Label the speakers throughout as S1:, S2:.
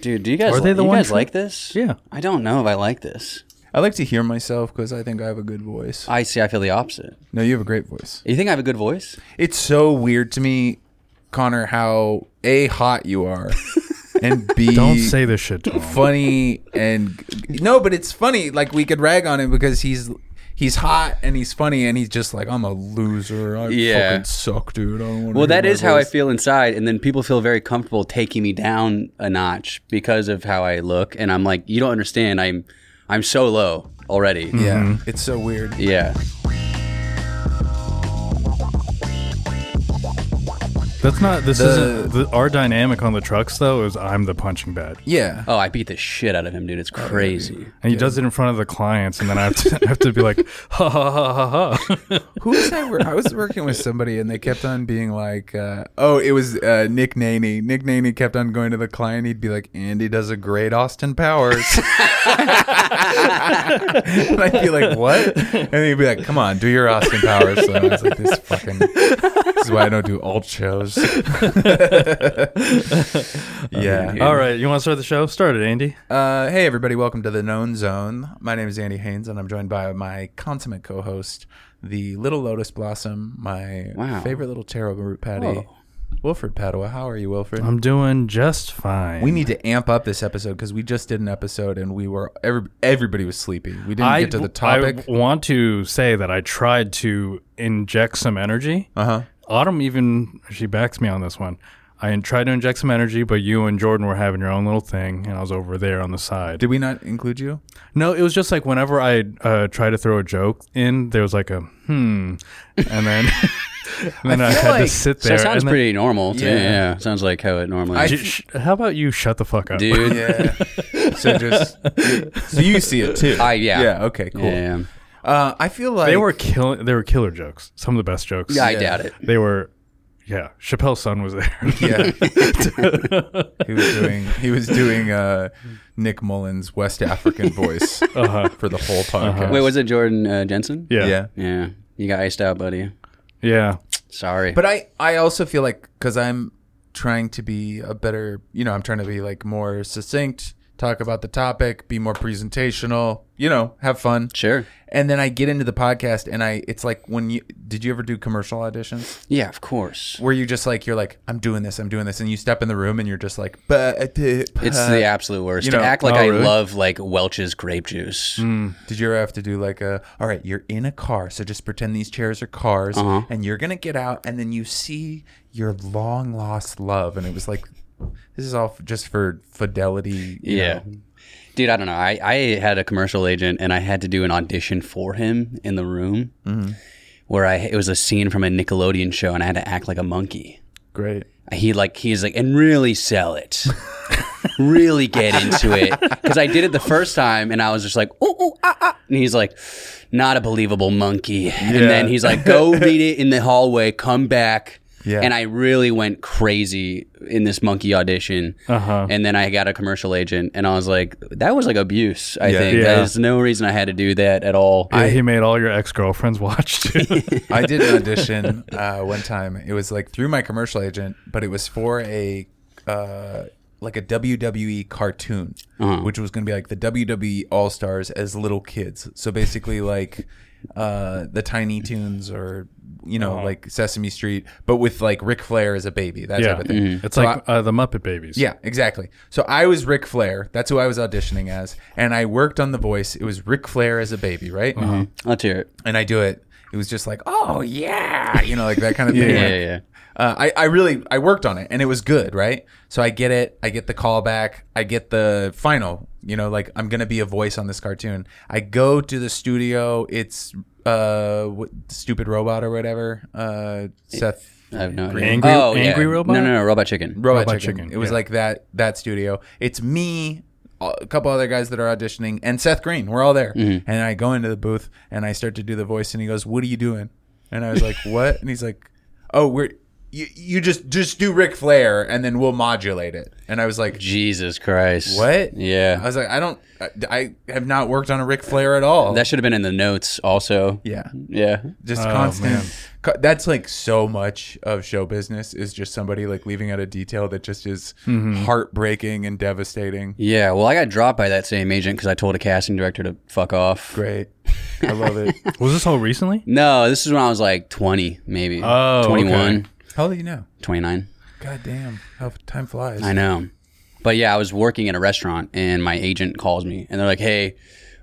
S1: Dude, do you guys
S2: Are they the
S1: you
S2: one
S1: guys
S2: true-
S1: like this?
S2: Yeah.
S1: I don't know if I like this.
S3: I like to hear myself because I think I have a good voice.
S1: I see. I feel the opposite.
S3: No, you have a great voice.
S1: You think I have a good voice?
S3: It's so weird to me, Connor, how a hot you are, and b
S2: Don't say this shit to him.
S3: funny and no, but it's funny. Like we could rag on him because he's he's hot and he's funny and he's just like I'm a loser. I
S1: Yeah.
S3: fucking suck, dude. I don't want
S1: Well, that is how I feel inside, and then people feel very comfortable taking me down a notch because of how I look, and I'm like, you don't understand. I'm, I'm so low already.
S3: Yeah,
S2: Mm-hmm.
S3: it's so weird.
S1: Yeah.
S2: That's not. This
S3: The-
S2: isn't. The, our dynamic on the trucks though is I'm the punching bag,
S3: Yeah.
S1: Oh, I beat the shit out of him, dude. It's crazy.
S2: and he does it in front of the clients, and then I have to, I have to be like, ha ha ha ha ha.
S3: Who was I? wor- I was working with somebody, and they kept on being like, uh, "Oh, it was uh, Nick Naney." Nick Naney kept on going to the client. He'd be like, "Andy does a great Austin Powers," and I'd be like, "What?" And he'd be like, "Come on, do your Austin Powers." So I was like, "This fucking this is why I don't do alt shows." yeah.
S2: All right, you want to start the show? Start it, Andy.
S3: Uh, hey, everybody, welcome to the Known Zone. My name is Andy Haynes, and I'm joined by my consummate co host, the Little Lotus Blossom, my
S1: Wow.
S3: favorite little taro root patty,
S1: Whoa.
S3: Wilfred Padua. How are you, Wilfred?
S2: I'm doing just fine.
S3: we need to amp up this episode because we just did an episode and we were every, everybody was sleepy. We didn't get to the topic.
S2: I want to say that I tried to inject some energy.
S3: Uh huh.
S2: Autumn even she backs me on this one. I tried to inject some energy, but you and Jordan were having your own little thing, and I was over there on the side.
S3: Did we not include you?
S2: No, it was just like whenever I uh, try to throw a joke in, there was like a hmm, and then and then I, had
S3: feel
S2: to
S3: like-
S2: sit
S1: So
S2: there.
S1: it sounds
S2: and then-
S1: pretty normal. Too.
S3: Yeah.
S1: Yeah. sounds like how it normally.
S3: I-
S1: is.
S2: Ju- sh- how about you shut the fuck up,
S1: dude.
S3: Yeah. so just, so you see it too.
S1: I yeah.
S3: yeah. Okay, cool.
S1: Yeah.
S3: Uh, I feel like
S2: They were killing. They were killer jokes. Some of the best jokes.
S1: Yeah, I
S3: Yeah.
S1: doubt it.
S2: They were. Yeah, Chappelle's son was there.
S3: Yeah. he was doing he was doing uh, Nick Mullins' West African voice
S2: Uh-huh.
S3: for the whole podcast.
S2: Uh-huh.
S1: Wait, was it Jordan uh, Jensen?
S2: Yeah.
S3: yeah.
S2: yeah,
S1: Yeah. You got iced out, buddy. Sorry.
S3: But I I also feel like cuz I'm trying to be a better, you know, I'm trying to be like more succinct, talk about the topic, be more presentational, you know, have fun.
S1: sure.
S3: And then I get into the podcast and I it's like when you did you ever do commercial auditions
S1: Yeah, of course.
S3: where you just like you're like I'm doing this, I'm doing this and you step in the room and you're just like but uh,
S1: It's the absolute worst.
S3: you know-
S1: to act like
S2: Oh,
S1: I
S2: really?
S1: love like Welch's grape juice.
S3: Did you ever have to do like a, all right, you're in a car, so just pretend these chairs are cars, and you're gonna get out, and then you see your long lost love, and it was like, this is all f- just for fidelity. you
S1: Yeah.
S3: know.
S1: Dude, I don't know. I, I had a commercial agent and I had to do an audition for him in the room where I it was a scene from a Nickelodeon show and I had to act like a monkey.
S3: great.
S1: He like he's like and really sell it. really get into it because I did it the first time and I was just like ooh ooh ah ah and he's like not a believable monkey and then he's like go read it in the hallway come back
S3: Yeah.
S1: and I really went crazy in this monkey audition
S2: Uh huh.
S1: and then I got a commercial agent, and I was like, that was like abuse. I
S3: Yeah.
S1: think
S2: Yeah.
S1: there's no reason I had to do that at all.
S2: Yeah, he made all your ex girlfriends watch too.
S3: I did an audition uh, one time. It was like through my commercial agent, but it was for a uh, like a WWE cartoon, which was going to be like the WWE All Stars as little kids. So basically, like uh, the Tiny Toons or you know like Sesame Street, but with like Ric Flair as a baby, that
S2: yeah,
S3: type of thing.
S2: it's
S3: So
S2: like uh, the Muppet Babies.
S3: Yeah, exactly. So I was Ric Flair. That's who I was auditioning as, and I worked on the voice. It was Ric Flair as a baby, right?
S1: Let's hear it.
S3: And I do it. It was just like, oh yeah, you know, like that kind of thing.
S1: Yeah,
S3: Like,
S1: yeah, yeah.
S3: uh, I, I really I worked on it and it was good, right? So I get it, I get the callback, I get the final, you know, like I'm gonna be a voice on this cartoon. I go to the studio, it's uh what, stupid robot or whatever, uh Seth.
S1: I have no idea.
S2: Angry-
S1: oh, yeah.
S2: Angry Robot?
S1: No, no, no, Robot Chicken.
S3: Robot,
S2: Robot
S3: Chicken.
S2: Chicken,
S3: It was
S2: yeah.
S3: like that that studio. It's me, a couple other guys that are auditioning, and Seth Green. We're all there. And I go into the booth and I start to do the voice, and he goes, "What are you doing?" And I was like, "What?" And he's like, "Oh, we're you, you just just do Ric Flair and then we'll modulate it. And I was like,
S1: Jesus Christ.
S3: what? I
S1: Yeah.
S3: was like, I don't, I, I have not worked on a Ric Flair at all.
S1: That should have been in the notes also.
S3: yeah,
S1: Yeah.
S3: just
S2: Oh, man.
S3: constant. co- That's like so much of show business is just somebody like leaving out a detail that just is heartbreaking and devastating.
S1: Yeah. Well, I got dropped by that same agent because I told a casting director to fuck off.
S3: Great, I love it.
S2: Was this all recently?
S1: No, this is when I was like 20, maybe.
S2: Oh,
S1: 21,
S2: okay.
S3: How do you know?
S1: 29.
S3: God damn, how time flies.
S1: I know. But yeah, I was working at a restaurant and my agent calls me and they're like, hey,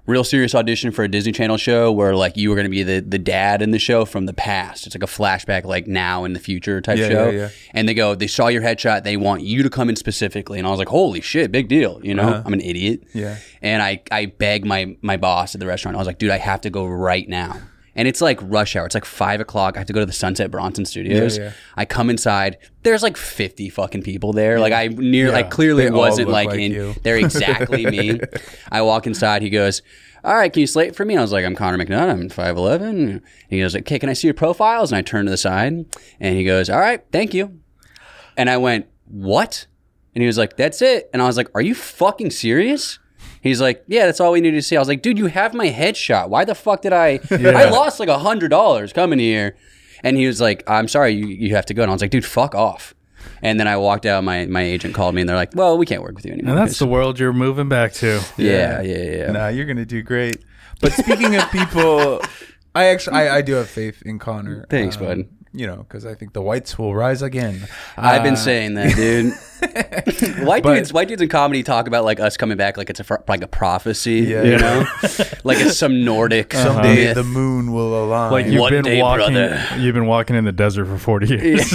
S1: real serious audition for a Disney Channel show where like you were going to be the, the dad in the show from the past. It's like a flashback, like now in the future type
S3: Yeah,
S1: show.
S3: yeah, yeah.
S1: And they go, they saw your headshot. They want you to come in specifically. And I was like, holy shit, big deal. You know, I'm an idiot.
S3: Uh-huh. Yeah.
S1: And I, I begged my, my boss at the restaurant. I was like, dude, I have to go right now. And it's like rush hour. It's like five o'clock. I have to go to the Sunset Bronson Studios.
S3: yeah.
S1: I come inside. There's like 50 fucking people there. Like I near, I
S3: Yeah.
S1: clearly
S3: They all
S1: wasn't
S3: look
S1: like,
S3: like
S1: in.
S3: you.
S1: They're exactly me. I walk inside. He goes, "All right, can you slate for me?" And I was like, "I'm Connor McNutt. I'm 5'11." And he goes, "Okay, can I see your profiles?" And I turn to the side, and he goes, "All right, thank you." And I went, "What?" And he was like, "That's it." And I was like, "Are you fucking serious?" He's like, "Yeah, that's all we needed to see." I was like, "Dude, you have my headshot. Why the fuck did I? I lost like a hundred dollars coming here." And he was like, "I'm sorry, you, you have to go." And I was like, "Dude, fuck off." And then I walked out. My my agent called me, and they're like, "Well, we can't work with you anymore."
S2: And that's the world you're moving back to.
S1: yeah, yeah, yeah. yeah.
S3: Nah, you're gonna do great. But speaking of people, I actually I, I do have faith in Connor.
S1: Thanks,
S3: Um,
S1: bud.
S3: You know, because I think the whites will rise again.
S1: I've been saying that, dude. white
S3: But-
S1: dudes, white dudes in comedy talk about like us coming back, like it's a fr- like a prophecy,
S3: Yeah. Uh-huh.
S1: you
S3: Yeah.
S1: know, like it's some Nordic
S3: Someday
S1: myth.
S3: the moon will align.
S2: Like you've
S1: One
S2: been
S1: day,
S2: walking,
S1: brother.
S2: you've been walking in the desert for forty years.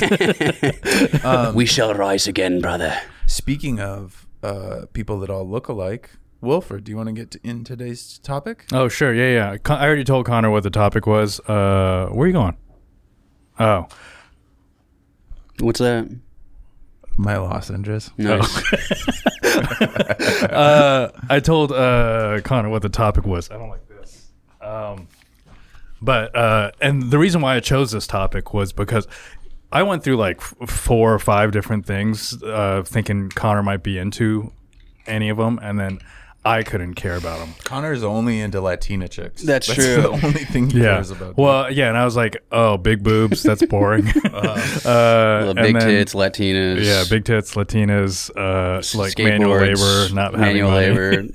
S1: we shall rise again, brother.
S3: Speaking of uh, people that all look alike, Wilfred, do you want to get to, in today's topic?
S2: Oh, sure. Yeah, yeah. Con- I already told Connor what the topic was. Uh, where are you going? Oh,
S1: What's that?
S3: My lozenges.
S2: Oh,
S1: Nice.
S2: uh, I told uh, Connor what the topic was. I don't like this. Um, but uh, and the reason why I chose this topic was because I went through like f- four or five different things, uh, thinking Connor might be into any of them, and then I couldn't care about them.
S3: Connor's only into Latina chicks.
S1: That's true.
S3: The only thing he
S2: Yeah.
S3: cares about.
S2: Well, yeah, and I was like, oh, big boobs. That's boring.
S3: Uh-huh.
S2: uh,
S1: Little
S2: and
S1: big
S2: then-
S1: tits, Latinas.
S2: Yeah, big tits, Latinas, uh, like manual
S1: skateboards,
S2: labor, not
S1: manual
S2: having money.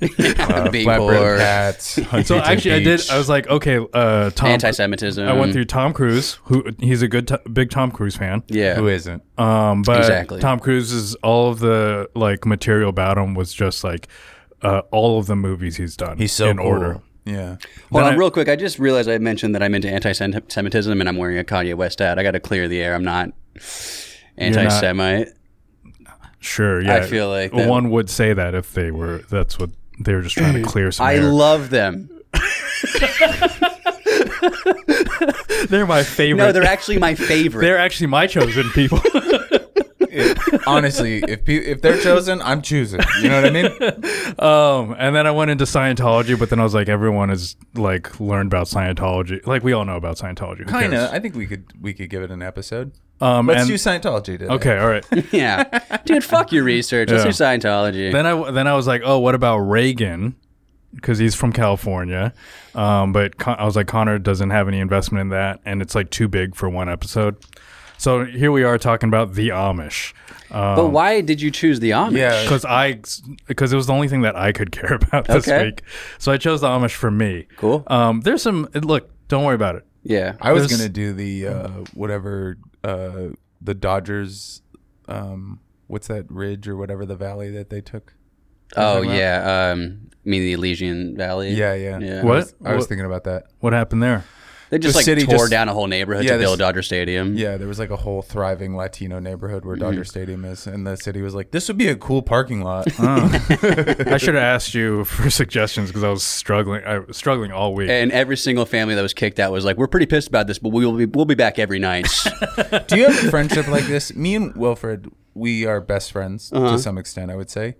S1: labor, big
S3: flatbread
S1: board,
S3: hats.
S2: So actually, I did. I was like, okay, uh, Tom.
S1: anti-Semitism.
S2: I went through Tom Cruise, who he's a good, t- big Tom Cruise fan.
S1: Yeah.
S3: Who isn't?
S2: Um, but
S1: Exactly.
S2: Tom Cruise's all of the like material about him was just like uh, all of the movies he's done.
S3: He's so
S2: in
S3: cool.
S2: order.
S3: Yeah.
S1: Hold
S2: Then
S1: on,
S2: I-
S1: real quick. I just realized I mentioned that I'm into anti-Semitism, and I'm wearing a Kanye West hat. I got to clear the air. I'm not anti-Semite.
S2: Sure. Yeah.
S1: feel like that-
S2: one would say that if they were. That's what they were just trying to clear some.
S1: I
S2: air.
S1: love them.
S2: they're my favorite.
S1: No, they're actually my favorite.
S2: they're actually my chosen people.
S3: Honestly, if pe- if they're chosen, I'm choosing. You know what I mean?
S2: Um, and then I went into Scientology, but then I was like, everyone has like learned about Scientology. Like we all know about Scientology. Who cares?
S3: Kinda. I think we could we could give it an episode.
S2: Um,
S3: Let's
S2: and-
S3: do Scientology today.
S2: okay, all right.
S1: yeah, dude, fuck your research. Let's
S2: Yeah.
S1: do Scientology.
S2: then I w- then I was like, oh, what about Reagan? Because he's from California. Um, but Con- I was like, Connor doesn't have any investment in that, and it's like too big for one episode. So here we are talking about the Amish
S1: but
S2: um,
S1: why did you choose the Amish?
S3: Yeah.
S2: because I because it was the only thing that I could care about this
S1: Okay.
S2: week. So I chose the Amish for me.
S1: Cool.
S2: Um, there's some look. Don't worry about it.
S1: yeah.
S3: I was
S2: There's-
S3: gonna do the uh, whatever uh, the Dodgers. Um, what's that ridge or whatever the valley that they took?
S1: oh yeah. Um, I mean the Elysian Valley.
S3: Yeah, yeah.
S1: Yeah.
S2: What?
S3: I was
S2: What-
S3: thinking about that.
S2: What happened there?
S1: They just
S3: The
S1: like
S3: city
S1: tore
S3: just-
S1: down a whole neighborhood
S3: Yeah,
S1: to
S3: this-
S1: build Dodger Stadium.
S3: Yeah, there was like a whole thriving Latino neighborhood where Dodger Stadium is, and the city was like, "This would be a cool parking lot."
S2: I should have asked you for suggestions because I was struggling. I was struggling all week.
S1: And every single family that was kicked out was like, "We're pretty pissed about this, but we'll be we'll be back every night."
S3: Do you have a friendship like this? Me and Wilfred, we are best friends to some extent. I would say.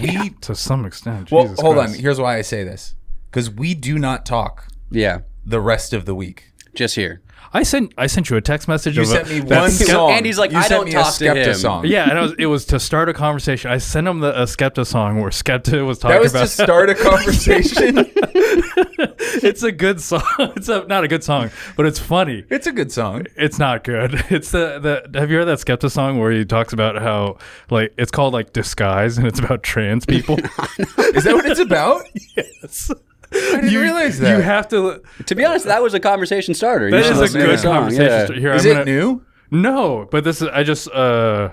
S3: We
S2: to some extent.
S3: Eh. well,
S2: Jesus
S3: hold
S2: Christ.
S3: on. Here's why I say this: because we do not talk
S1: yeah.
S3: the rest of the week.
S1: just here.
S2: I sent I sent you a text message.
S3: You
S2: of a-
S3: sent me
S2: that
S3: one
S2: Skep-
S3: song.
S1: Andy's like,
S3: you
S1: I
S3: sent
S1: don't
S3: me
S1: talk
S3: a
S1: to
S3: Skepta
S1: him.
S3: song.
S2: Yeah, and it was, it was to start a conversation. I sent him the a Skepta song where Skepta was talking
S3: That was
S2: about
S3: to start a conversation.
S2: it's a good song. It's a, not a good song, but it's funny.
S3: it's a good song.
S2: It's not good. It's the, the have you heard that Skepta song where he talks about how like it's called like disguise and it's about trans people.
S3: Is that what it's about?
S2: yes.
S3: I didn't realize that.
S2: You have to.
S1: To be honest, that was a conversation starter.
S2: That
S1: You should
S2: is a
S1: listen to
S2: good
S1: the song,
S2: conversation.
S1: yeah.
S2: st- Here,
S3: Is
S2: I'm
S3: it
S2: gonna-
S3: new?
S2: No, but this is. I just uh,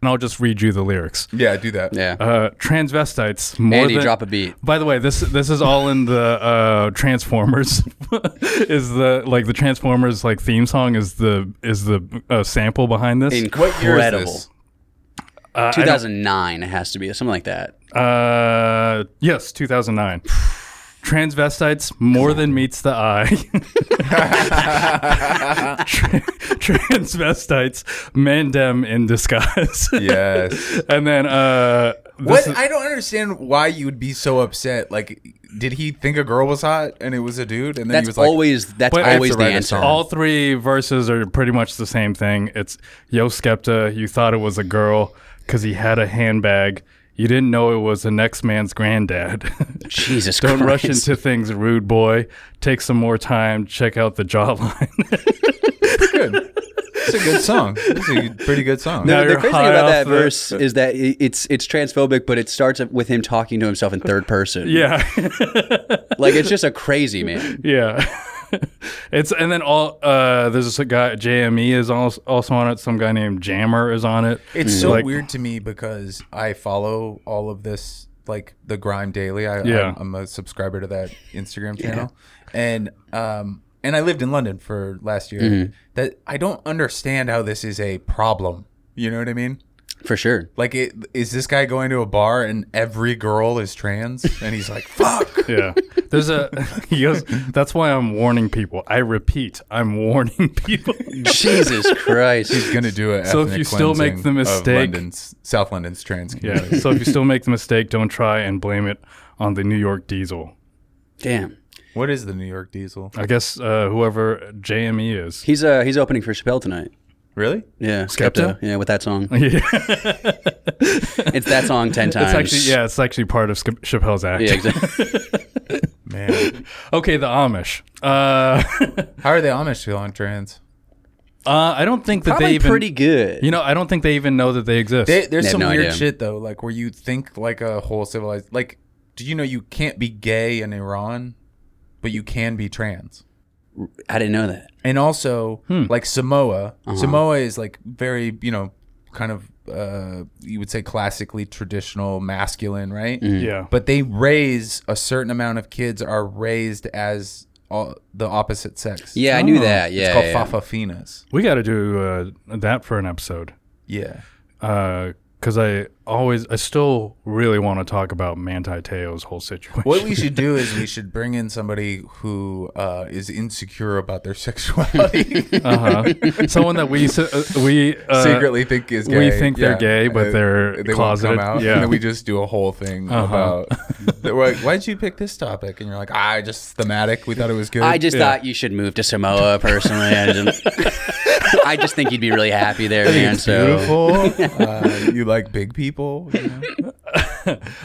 S2: and I'll just read you the lyrics.
S3: Yeah, do that.
S1: Yeah.
S2: Uh, transvestites more
S1: Andy,
S2: than-
S1: drop a beat.
S2: By the way, this this is all in the uh, Transformers. is the like the Transformers like theme song is the is the uh, sample behind this?
S3: What year is
S1: Incredible.
S3: this?
S2: Uh, I don't-
S1: 2009 it has to be something like that.
S2: Uh, yes, 2009. Transvestites more than meets the eye. Tra- transvestites, mandem in disguise.
S3: Yes.
S2: and then uh, this
S3: What?
S2: is-
S3: I don't understand why you would be so upset. Like, did he think a girl was hot and it was a dude? And then
S1: That's
S3: he was like,
S1: always that's
S2: But-
S1: always the
S3: That's the right
S1: answer.
S3: song.
S2: all three verses are pretty much the same thing. It's Yo Skepta, you thought it was a girl because he had a handbag. You didn't know it was the next man's granddad.
S1: Jesus
S2: Don't
S1: Christ.
S2: rush into things, rude boy. Take some more time. Check out the jawline.
S3: good. It's a good song. It's a pretty good song.
S2: No. Now
S1: the
S2: you're
S1: crazy thing
S2: high
S1: about
S2: off
S1: that
S2: the-
S1: verse is that i- it's it's transphobic, but it starts with him talking to himself in third person.
S2: yeah,
S1: like it's just a crazy man.
S2: yeah. it's and then all uh, there's this guy JME is also also on it. Some guy named Jammer is on it.
S3: It's so
S2: Like-
S3: weird to me because I follow all of this, like the Grime Daily. I,
S2: Yeah.
S3: I'm, I'm a subscriber to that Instagram channel, and um, and I lived in London for last year.
S1: Mm-hmm.
S3: That I don't understand how this is a problem. You know what I mean?
S1: For sure.
S3: Like, it, is this guy going to a bar and every girl is trans, and he's like, "Fuck."
S2: Yeah, there's a he goes. That's why I'm warning people. I repeat, I'm warning people.
S1: Jesus Christ.
S3: gonna do it.
S2: So if you still make the mistake-
S3: London's, South London's trans community.
S2: yeah. So if you still make the mistake, don't try and blame it on the New York Diesel.
S1: Damn.
S3: What is the New York Diesel?
S2: I guess uh, whoever JME is.
S1: He's uh he's opening for Chappelle tonight.
S3: Really?
S1: Yeah.
S2: Skepta?
S1: Yeah, with that song.
S2: Yeah.
S1: It's that song ten times.
S2: It's actually yeah, it's actually part of Sk- Chappelle's act.
S1: Yeah, exactly.
S3: Man,
S2: Okay, the Amish. Uh,
S3: how are the Amish feeling trans?
S2: uh, I don't think that
S1: Probably
S2: they even.
S1: pretty good.
S2: You know, I don't think they even know that they exist.
S3: They, there's
S1: They have
S3: some
S1: no
S3: weird
S1: idea.
S3: shit though, like where you think like a whole civilized like. Do you know you can't be gay in Iran, but you can be trans?
S1: I didn't know that.
S3: And also,
S2: Hmm.
S3: like Samoa,
S1: Uh-huh.
S3: Samoa is like very you know kind of uh, you would say classically traditional masculine, right?
S1: Mm-hmm.
S2: yeah,
S3: But they raise a certain amount of kids are raised as all, the opposite sex.
S1: Yeah, I knew that. Yeah.
S3: Oh, it's called
S1: yeah.
S3: fafafinas.
S2: we got to do uh, that for an episode
S3: Yeah,
S2: because I always, I still really want to talk about Manti Teo's whole situation.
S3: What we should do is we should bring in somebody who uh, is insecure about their sexuality,
S2: Uh-huh. Someone that we s- uh, we uh,
S3: secretly think is gay.
S2: we think they're gay, but they're
S3: they won't
S2: closeted.
S3: come out.
S2: Yeah. Uh-huh.
S3: And then we just do a whole thing about. they're like, Why'd you pick this topic? And you're like, ah, just thematic. We thought it was good.
S1: I just thought you should move to Samoa personally. I, didn't, I just think you'd be really happy there, man.
S3: it's
S1: So
S3: beautiful. uh, you like big people. you know?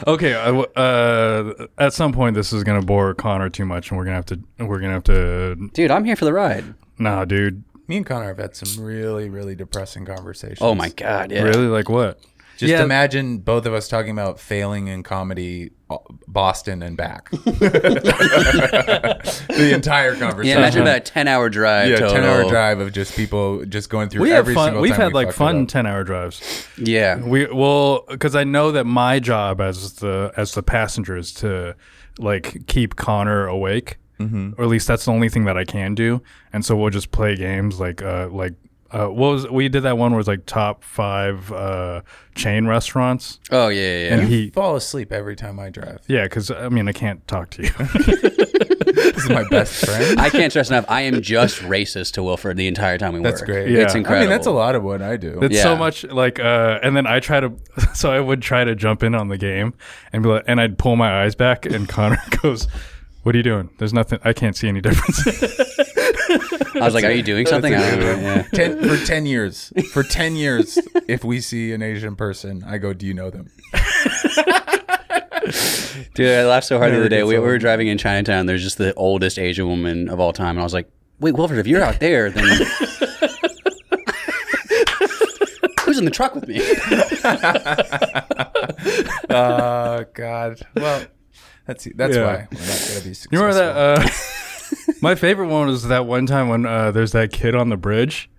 S2: Okay, I w- uh, at some point this is gonna bore Connor too much, and we're gonna have to we're gonna have to
S1: Dude, I'm here for the ride.
S2: nah, dude.
S3: Me and Connor have had some really, really depressing conversations.
S1: Oh my god, yeah.
S2: Really, like what?
S3: Just
S2: Yeah.
S3: imagine both of us talking about failing in comedy, uh, Boston and back. the entire conversation.
S1: Yeah, imagine about a ten-hour drive.
S3: Yeah,
S1: total.
S3: ten hour drive of just people just going through.
S2: We have
S3: every
S2: fun.
S3: Single
S2: We've
S3: time
S2: had
S3: we
S2: like
S3: fucked
S2: fun
S3: it up.
S2: ten hour drives.
S1: Yeah,
S2: We well, because I know that my job as the as the passenger is to like keep Connor awake, mm-hmm. or at least that's the only thing that I can do. And so we'll just play games like uh like uh what was we did that one where it's like top five uh chain restaurants.
S1: Oh yeah, yeah, yeah.
S3: You
S2: He-
S3: fall asleep every time I drive.
S2: Yeah, because I mean I can't talk to you.
S3: This is my best friend.
S1: I can't stress enough. I am just racist to Wilford the entire time we
S3: That's
S1: were.
S3: great.
S2: Yeah.
S1: It's
S2: I mean,
S1: incredible.
S3: I mean, that's a lot of what I do.
S2: It's so
S1: Yeah.
S2: much like, uh, and then I try to, so I would try to jump in on the game and be like, and I'd pull my eyes back, and Connor goes, "What are you doing? There's nothing. I can't see any difference."
S1: I was like, "Are you doing something?" I don't know. Yeah.
S3: Ten, for 10 years. For 10 years, if we see an Asian person, I go, Do you know them?
S1: Dude, I laughed so hard the
S3: Never
S1: other day.
S3: gets
S1: We, we
S3: old.
S1: were driving in Chinatown. There's just the oldest Asian woman of all time, and I was like, "Wait, Wilfred, if you're out there, then who's in the truck with me?"
S3: Oh, God. Well, that's, that's
S2: Yeah.
S3: why we're not going to be successful.
S2: You remember that? Uh, my favorite one was that one time when uh, there's that kid on the bridge.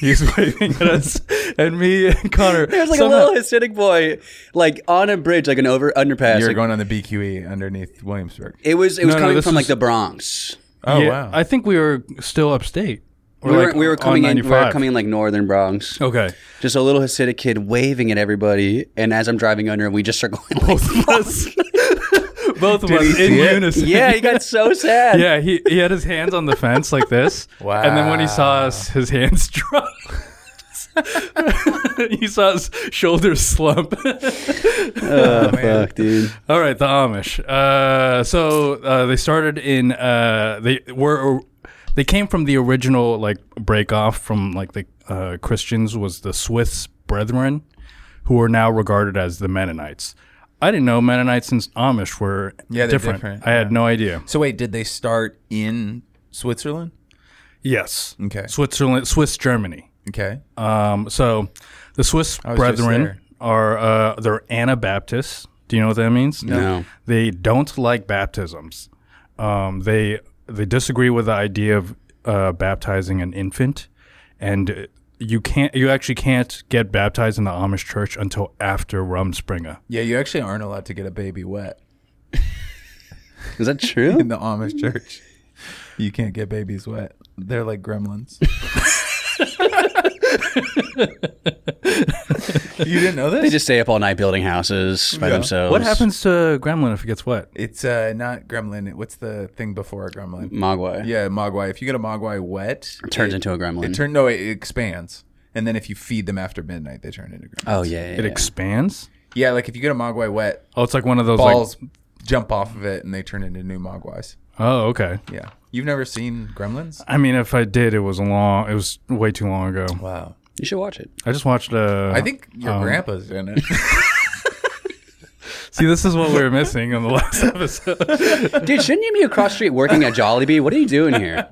S2: He's waving at us, and me and Connor.
S1: There's like a
S2: somehow-
S1: little Hasidic boy, like on a bridge, like an over underpass.
S3: You're
S1: Like,
S3: going on the BQE underneath Williamsburg.
S1: it was it was
S2: No, no,
S1: coming
S2: this
S1: from like
S2: was-
S1: the Bronx.
S3: Oh,
S2: Yeah,
S3: wow.
S2: I think we were still upstate. Or,
S1: we were,
S2: like,
S1: we were
S2: on
S1: coming in. We were
S2: 95.
S1: coming in like northern Bronx.
S2: Okay.
S1: Just a little Hasidic kid waving at everybody, and as I'm driving under him, we just start going. Like,
S2: Both of us. Both of us
S3: he
S2: in
S3: see it?
S2: unison.
S1: yeah, he got so sad.
S2: Yeah, he, he had his hands on the fence like this.
S3: Wow.
S2: And then when he saw us, his hands dropped. he saw his shoulders slump.
S1: Oh, fuck, dude.
S2: All right, the Amish. Uh, so uh, they started in uh, they were they came from the original like break off from like the uh, Christians was the Swiss Brethren, who are now regarded as the Mennonites. I didn't know Mennonites and Amish were
S3: Yeah, they're
S2: different.
S3: different,
S2: I had no idea.
S3: So, wait, did they start in Switzerland?
S2: Yes.
S3: Okay.
S2: Switzerland, Swiss Germany.
S3: Okay.
S2: Um, so the Swiss
S3: was just
S2: Brethren
S3: there.
S2: are uh, they're Anabaptists. Do you know what that means?
S1: No.
S2: They don't like baptisms. Um, they they disagree with the idea of uh, baptizing an infant, and uh, you can't you actually can't get baptized in the Amish church until after Rumspringa.
S3: Yeah, you actually aren't allowed to get a baby wet
S1: Is that true?
S3: in the Amish church. You can't get babies wet. They're like gremlins. you didn't know
S1: They
S3: this?
S1: just stay up all night building houses by
S3: Yeah.
S1: themselves.
S2: What happens to Gremlin if it gets wet?
S3: It's uh, not gremlin. What's the thing before a gremlin?
S1: Mogwai
S3: Yeah, mogwai. If you get a mogwai wet,
S1: turns
S3: it,
S1: into a gremlin.
S3: it turn no, it expands. And then if you feed them after midnight, they turn into gremlins.
S1: oh yeah, yeah,
S2: It
S1: yeah.
S2: expands.
S3: Yeah, like if you get a mogwai wet,
S2: Oh, it's like one of those like.
S3: balls jump off of it and they turn into new mogwais.
S2: Oh, okay.
S3: Yeah. You've never seen gremlins?
S2: I mean, if I did, it was a long. It was way too long ago.
S3: Wow.
S1: you should watch it.
S2: I just watched. Uh,
S3: I think your grandpa's in it.
S2: See, this is what we were missing on the last episode.
S1: Dude, shouldn't you be across the street working at Jollibee? What are you doing here?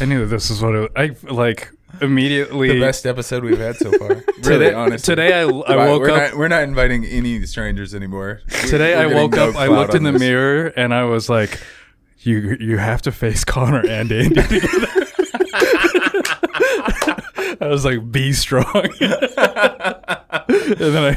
S2: I knew that this is what it, I like immediately.
S3: the best episode we've had so far. Really,
S2: today,
S3: honestly.
S2: today I, I
S3: Wow,
S2: woke
S3: we're
S2: up.
S3: Not, we're not inviting any strangers anymore. We're-
S2: today
S3: we're
S2: I
S3: getting
S2: woke
S3: no
S2: up. I
S3: clout
S2: looked in the
S3: on this.
S2: mirror and I was like, "You you have to face Connor and Andy together." I was like, "Be strong," and then I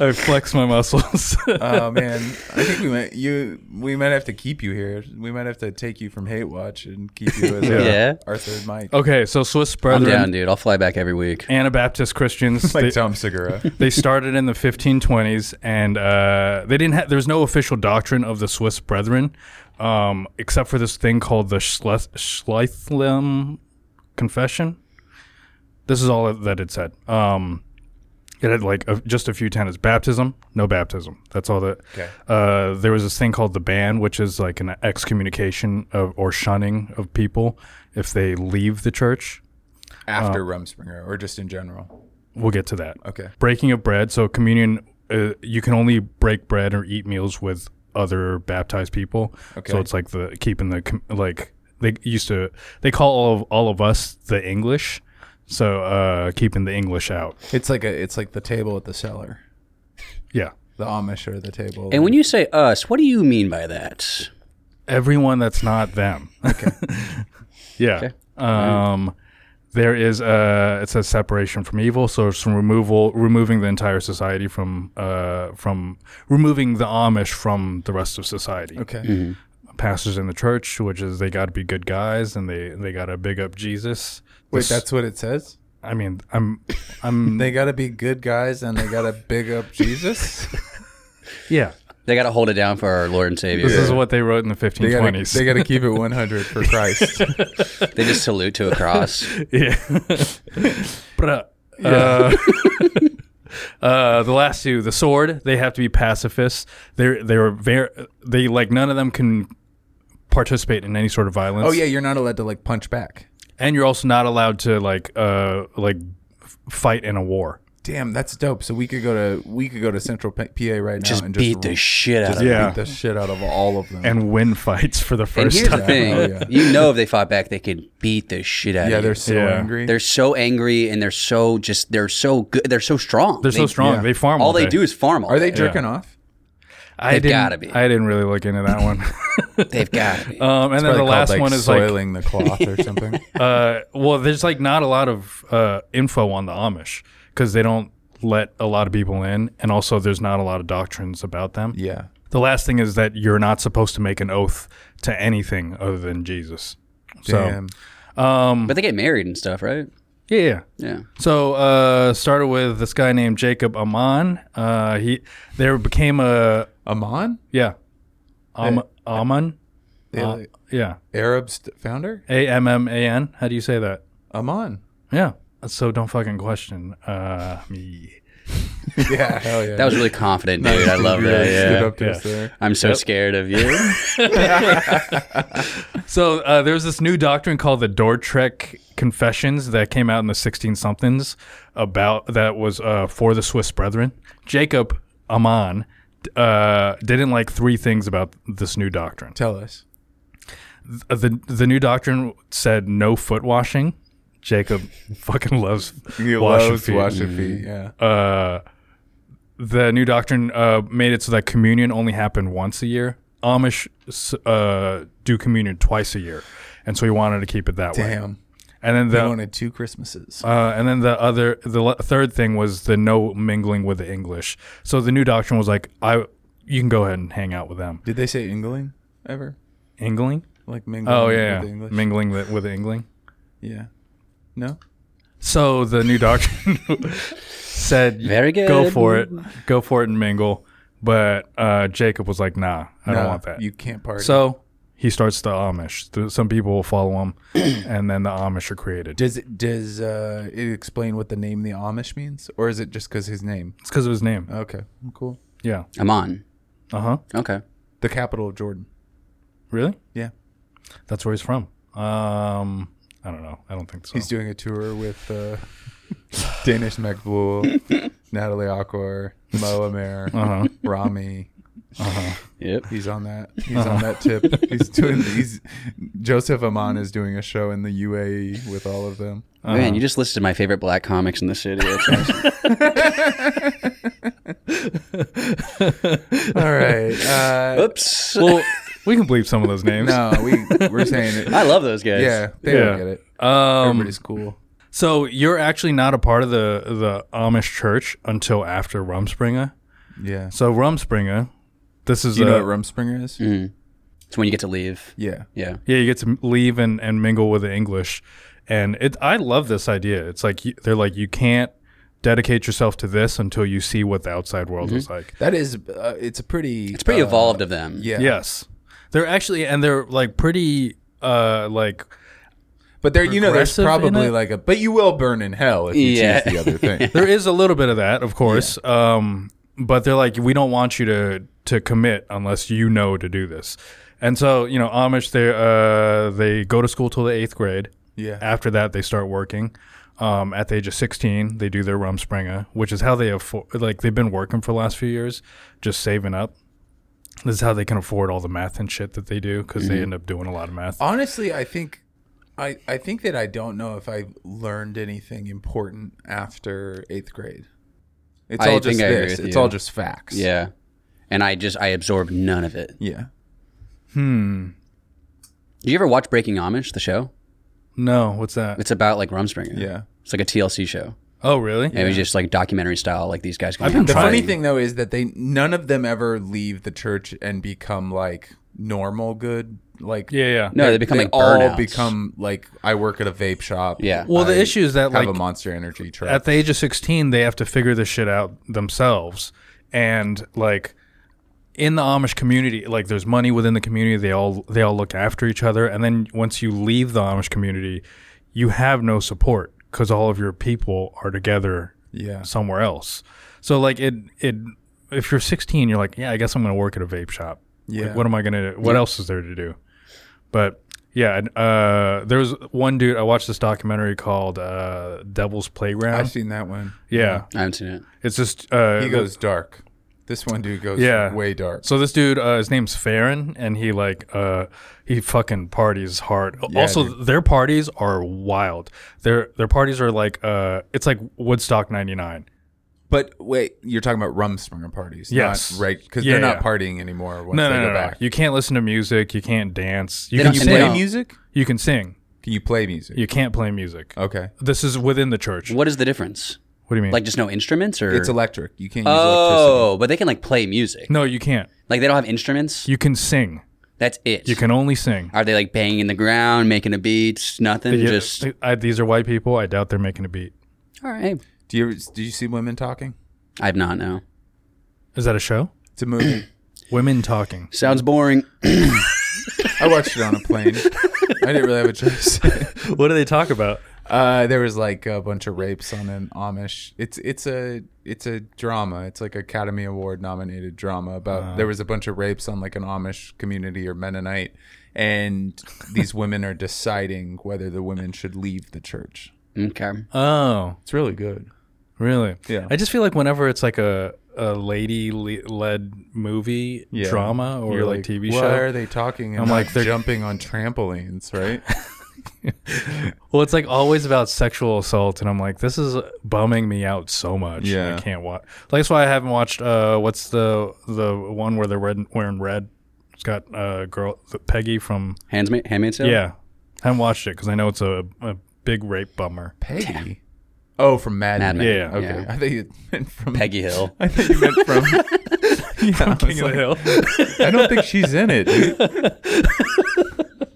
S2: I flexed my muscles.
S3: Oh man, I think we might you. We might have to keep you here. We might have to take you from Hate Watch and keep you as our-
S1: Yeah.
S3: our third mic,
S2: okay, so Swiss
S1: I'm
S2: brethren,
S1: down, dude. I'll fly back every week.
S2: Anabaptist Christians,
S3: like
S2: they-
S3: Tom Segura.
S2: they started in the 1520s and uh, they didn't have there was no official doctrine of the swiss brethren um, except for this thing called the Schleth- schleithlim confession this is all that it said um, it had like a, just a few tenets baptism no baptism that's all that
S3: Okay.
S2: uh, there was this thing called the ban which is like an excommunication of, or shunning of people if they leave the church
S3: After Rumspringer, or just in general.
S2: we'll get to that
S3: Okay.
S2: breaking of bread. So communion, uh, you can only break bread or eat meals with other baptized people. So
S3: Okay.
S2: it's like the keeping the com- like they used to they call all of, all of us the English. So uh, keeping the English out.
S3: It's like a. It's like the table at the cellar.
S2: Yeah.
S3: The Amish are the table.
S1: And when you say us, what do you mean by that?
S2: everyone that's not them. yeah. Um, there is a it says separation from evil, so it's from removal, removing the entire society from uh from removing the Amish from the rest of society.
S3: okay.
S1: Mm-hmm.
S2: Pastors in the church, which is they got to be good guys and they they got to big up Jesus.
S3: Wait, that's what it says. Um,
S2: I mean, I'm I'm
S3: They gotta be good guys, and they gotta big up Jesus.
S2: yeah.
S1: They got to hold it down for our Lord and Savior.
S2: This is what they wrote in the
S3: They gotta,
S2: 1520s.
S3: they gotta keep it 100 for Christ.
S1: They just salute to a cross.
S2: Yeah. Bruh. Uh, uh, the last two, the sword, they have to be pacifists. They're they're very they like none of them can participate in any sort of violence.
S3: Oh yeah, you're not allowed to like punch back.
S2: and you're also not allowed to like uh like f- fight in a war.
S3: Damn, that's dope. So we could go to we could go to Central P- PA right now
S1: Just
S3: and
S1: beat the shit out of them.
S2: Yeah.
S3: beat the shit out of all of them.
S2: And win fights for the
S1: And
S2: first
S1: here's the
S2: time.
S1: thing:
S3: Oh, yeah.
S1: you know, if they fought back, they could beat the shit out
S3: yeah,
S1: of you.
S3: they're so
S2: Yeah.
S3: angry.
S1: They're so angry and they're so just they're so good. They're so strong.
S2: They're so strong.
S3: yeah.
S2: They farm.
S1: All they do is farm. All
S3: Are they
S1: day.
S3: jerking off?
S2: I
S1: They've
S2: didn't,
S1: gotta be.
S2: I didn't really look into that one.
S1: They've got to be.
S2: um, and then
S3: Probably
S2: the
S3: called,
S2: last
S3: like,
S2: one is like
S3: soiling the cloth or something.
S2: uh, well, there's like not a lot of uh, info on the Amish because they don't let a lot of people in, and also there's not a lot of doctrines about them.
S3: yeah.
S2: The last thing is that you're not supposed to make an oath to anything other than Jesus.
S3: Damn.
S2: So, um,
S1: but they get married and stuff, right?
S2: yeah, yeah.
S1: Yeah.
S2: So uh, started with this guy named Jacob Amon. Uh, he there became a
S3: Amon,
S2: yeah, Am- Amon,
S3: the
S2: Uh, yeah,
S3: Arab st- founder.
S2: A M M A N. How do you say that?
S3: Amon.
S2: Yeah. So don't fucking question uh, me.
S3: Yeah, hell yeah.
S1: That was really confident, dude. I love that.
S3: Stood
S1: Yeah.
S3: up to us there.
S1: I'm so scared of you.
S2: So uh, there was this new doctrine called the Dortrek Confessions that came out in the 16 somethings about that was uh, for the Swiss Brethren. Jacob Amon uh, didn't like three things about this new doctrine.
S3: Tell us.
S2: Uh, the the new doctrine said no foot washing. Jacob fucking loves
S3: He
S2: washing
S3: loves
S2: feet.
S3: wash your feet. Yeah.
S2: Uh, the new doctrine uh, made it so that communion only happened once a year. Amish s- uh, do communion twice a year, and so he wanted to keep it that way.
S3: Damn.
S2: And then
S3: They
S2: the
S3: wanted two Christmases.
S2: uh, and then the other, the le- third thing was the no mingling with the English. So the new doctrine was like, I, you can go ahead and hang out with them.
S3: Did they say ingling ever?
S2: Ingling?
S3: Like mingling?
S2: Oh
S3: with
S2: yeah,
S3: the
S2: yeah.
S3: English?
S2: mingling the, with the Ingling.
S3: yeah. No.
S2: So the new doctrine said,
S1: Very good.
S2: Go for it, go for it and mingle." But uh, Jacob was like, "Nah, I don't
S3: Nah,
S2: want that."
S3: You can't party.
S2: so he starts the Amish. Th- Some people will follow him, and then the Amish are created.
S3: does it does uh, it explain what the name the Amish means, or is it just because his name?
S2: It's because of his name.
S3: Okay, cool.
S2: Yeah.
S1: I'm on.
S2: Uh huh.
S1: Okay.
S3: The capital of Jordan.
S2: Really?
S3: Yeah,
S2: That's where he's from. Um, I don't know. I don't think so.
S3: he's doing a tour with uh, Danish McBool, Natalie Aquar, Mo Amer,
S2: uh-huh.
S3: Rami.
S1: Yep.
S3: He's on that. He's on
S2: Uh-huh.
S3: that tip. He's doing. He's Joseph Aman is doing a show in the UAE with all of them.
S2: Uh-huh.
S1: Man, you just listed my favorite black comics in the city. That's awesome.
S3: All right. Uh,
S1: Oops.
S2: well, we can bleep some of those names.
S3: no, we we're saying it.
S1: I love those guys.
S3: Yeah, they
S2: Yeah.
S3: don't get it.
S2: Um,
S3: Everybody's cool.
S2: so you're actually not a part of the the Amish church until after Rumspringa.
S3: Yeah.
S2: So Rumspringa, this is
S3: Do you know
S2: a-
S3: what Rumspringer is?
S1: Mm. It's when you get to leave.
S3: Yeah.
S1: Yeah.
S2: yeah. You get to m- leave and, and mingle with the English, and it. I love this idea. It's like you, they're like you can't dedicate yourself to this until you see what the outside world is like.
S3: That is, uh, it's a pretty. uh,
S1: It's pretty evolved of them.
S3: Yeah.
S2: Yes, they're actually and they're like pretty uh like
S3: But there, you know, there's
S2: Progressive in
S3: probably
S2: it?
S3: like a, but you will burn in hell if you
S1: Yeah.
S3: choose the other thing.
S2: there is a little bit of that, of course. Um, but they're like, we don't want you to to commit unless you know to do this. And so, you know, Amish, they uh, they go to school till the eighth grade.
S3: Yeah.
S2: After that, they start working. Um, at the age of sixteen, they do their Rumspringa, which is how they afford. Like they've been working for the last few years, just saving up. This is how they can afford all the math and shit that they do because
S3: Mm-hmm.
S2: they end up doing a lot of math.
S3: Honestly, I think, I, I think that I don't know if I learned anything important after eighth grade. It's
S1: I
S3: all just
S1: think I agree
S3: this.
S1: with
S3: It's
S1: you.
S3: all just facts.
S1: Yeah. And I just I absorbed none of it.
S3: Yeah.
S2: Hmm.
S1: Did you ever watch Breaking Amish, the show?
S2: No, what's that?
S1: It's about like Rumspringer.
S3: Yeah.
S1: It's like a TLC show.
S2: Oh, really?
S1: And it was just like documentary style, like these guys. I've
S2: been
S3: The
S2: Right.
S3: funny thing though is that they none of them ever leave the church and become like normal good like
S2: Yeah, yeah.
S1: No, they become
S3: they
S1: like
S3: all
S1: burnouts.
S3: become like I work at a vape shop.
S1: Yeah.
S2: Well, the
S3: I
S2: issue is that
S3: have
S2: like
S3: a monster energy truck.
S2: at the age of 16 they have to figure this shit out themselves and like in the Amish community like there's money within the community they all they all look after each other and then once you leave the Amish community you have no support cuz all of your people are together
S3: yeah.
S2: somewhere else so like it it if you're 16 you're like yeah I guess I'm going to work at a vape shop Like,
S3: Yeah.
S2: what am I going to what else is there to do But yeah, and, uh, there was one dude I watched this documentary called uh, Devil's Playground.
S3: I've seen that one.
S2: yeah,
S1: I haven't seen it.
S2: it's just uh,
S3: He goes dark. This one dude goes
S2: Yeah.
S3: way dark.
S2: So this dude, uh, his name's Farron, and he like uh, he fucking parties hard. also, their parties are wild. Their their parties are like uh, it's like Woodstock '99.
S3: But wait, you're talking about rumspringer parties,
S2: Yes.
S3: not right? Because
S2: Yeah,
S3: they're not
S2: yeah.
S3: partying anymore once
S2: No,
S3: they
S2: no,
S3: go
S2: no, no.
S3: back.
S2: You can't listen to music. You can't dance. You
S1: They
S2: can
S1: don't- and
S3: Can you
S1: they
S2: sing.
S3: play
S1: don't-
S3: music?
S2: You can sing.
S3: Can you play music?
S2: You can't play music.
S3: okay,
S2: This is within the church. What
S1: What is the difference?
S2: do you mean?
S1: Like, just no instruments or?
S3: it's electric. You can't use
S1: oh, but they can like play music.
S2: no, you can't.
S1: Like they don't have instruments.
S2: You can sing.
S1: That's it.
S2: You can only sing.
S1: Are they like banging the ground, making the beats? Nothing.
S2: Yeah,
S1: Just
S2: I, these are white people. I doubt they're making a beat.
S1: all right.
S3: electricity. Do you ever, do you see women talking?
S1: I've not no.
S2: Is that a show?
S3: It's a movie.
S2: Women talking.
S1: Sounds boring.
S3: I watched it on a plane. I didn't really have a choice.
S2: what do they talk about?
S3: Uh, there was like a bunch of rapes on an Amish. It's it's a it's a drama. It's like Academy Award nominated drama about
S2: Uh-huh.
S3: there was a bunch of rapes on like an Amish community or Mennonite, and these women are deciding whether the women should leave the church.
S1: okay.
S2: Oh,
S3: It's really good.
S2: Really?
S3: Yeah.
S2: I just feel like whenever it's like a a lady le- led movie
S3: Yeah.
S2: drama or
S3: You're
S2: like, TV
S3: why
S2: show.
S3: are they talking? And
S2: I'm
S3: I'm
S2: like,
S3: like
S2: they're-
S3: they're jumping on trampolines, right?
S2: well, it's like always about sexual assault, and I'm like, this is bumming me out so much.
S3: Yeah.
S2: I can't watch. Like, that's why I haven't watched. Uh, what's the the one where they're red, wearing red? It's got uh girl Peggy from
S1: Hands ma- handmade sale.
S2: yeah. I haven't watched it because I know it's a, a big rape bummer.
S3: Peggy. Oh, from Mad,
S1: Mad
S3: Men.
S1: Men,
S2: Yeah,
S3: Okay,
S1: yeah.
S3: I think you meant from
S1: Peggy Hill.
S3: I think you meant from. yeah, I was
S2: King of
S3: like,
S2: the Hill.
S3: I don't think she's in it. dude.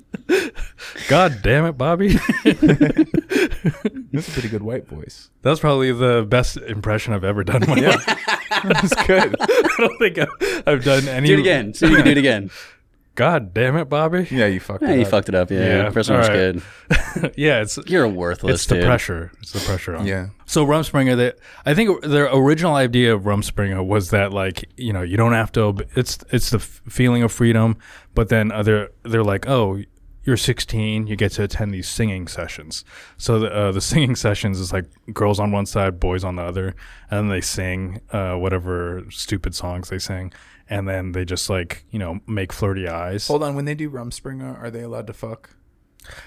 S2: God damn it, Bobby.
S3: That's a pretty good white voice.
S2: That's probably the best impression I've ever done. Yeah.
S3: That's good.
S2: I don't think I've, I've done any.
S1: Do it again. See if you can do it again.
S2: God damn it, Bobby.
S3: Yeah, you fucked
S1: Yeah,
S3: it
S1: you
S3: up.
S1: fucked it up. Yeah.
S2: Yeah.
S1: First one was
S2: All right.
S1: good.
S2: yeah, it's
S1: You're worthless.
S2: it's the
S1: dude.
S2: pressure. It's the pressure on.
S3: Yeah.
S2: So Rumspringer, that I think their original idea of Rumspringer was that like you know you don't have to. ob- It's it's the f- feeling of freedom, but then other they're like oh you're 16 you get to attend these singing sessions so the, uh, the singing sessions is like girls on one side boys on the other and then they sing uh, whatever stupid songs they sing and then they just like you know make flirty eyes
S3: Hold on, when they do Rumspringer, are they allowed to fuck?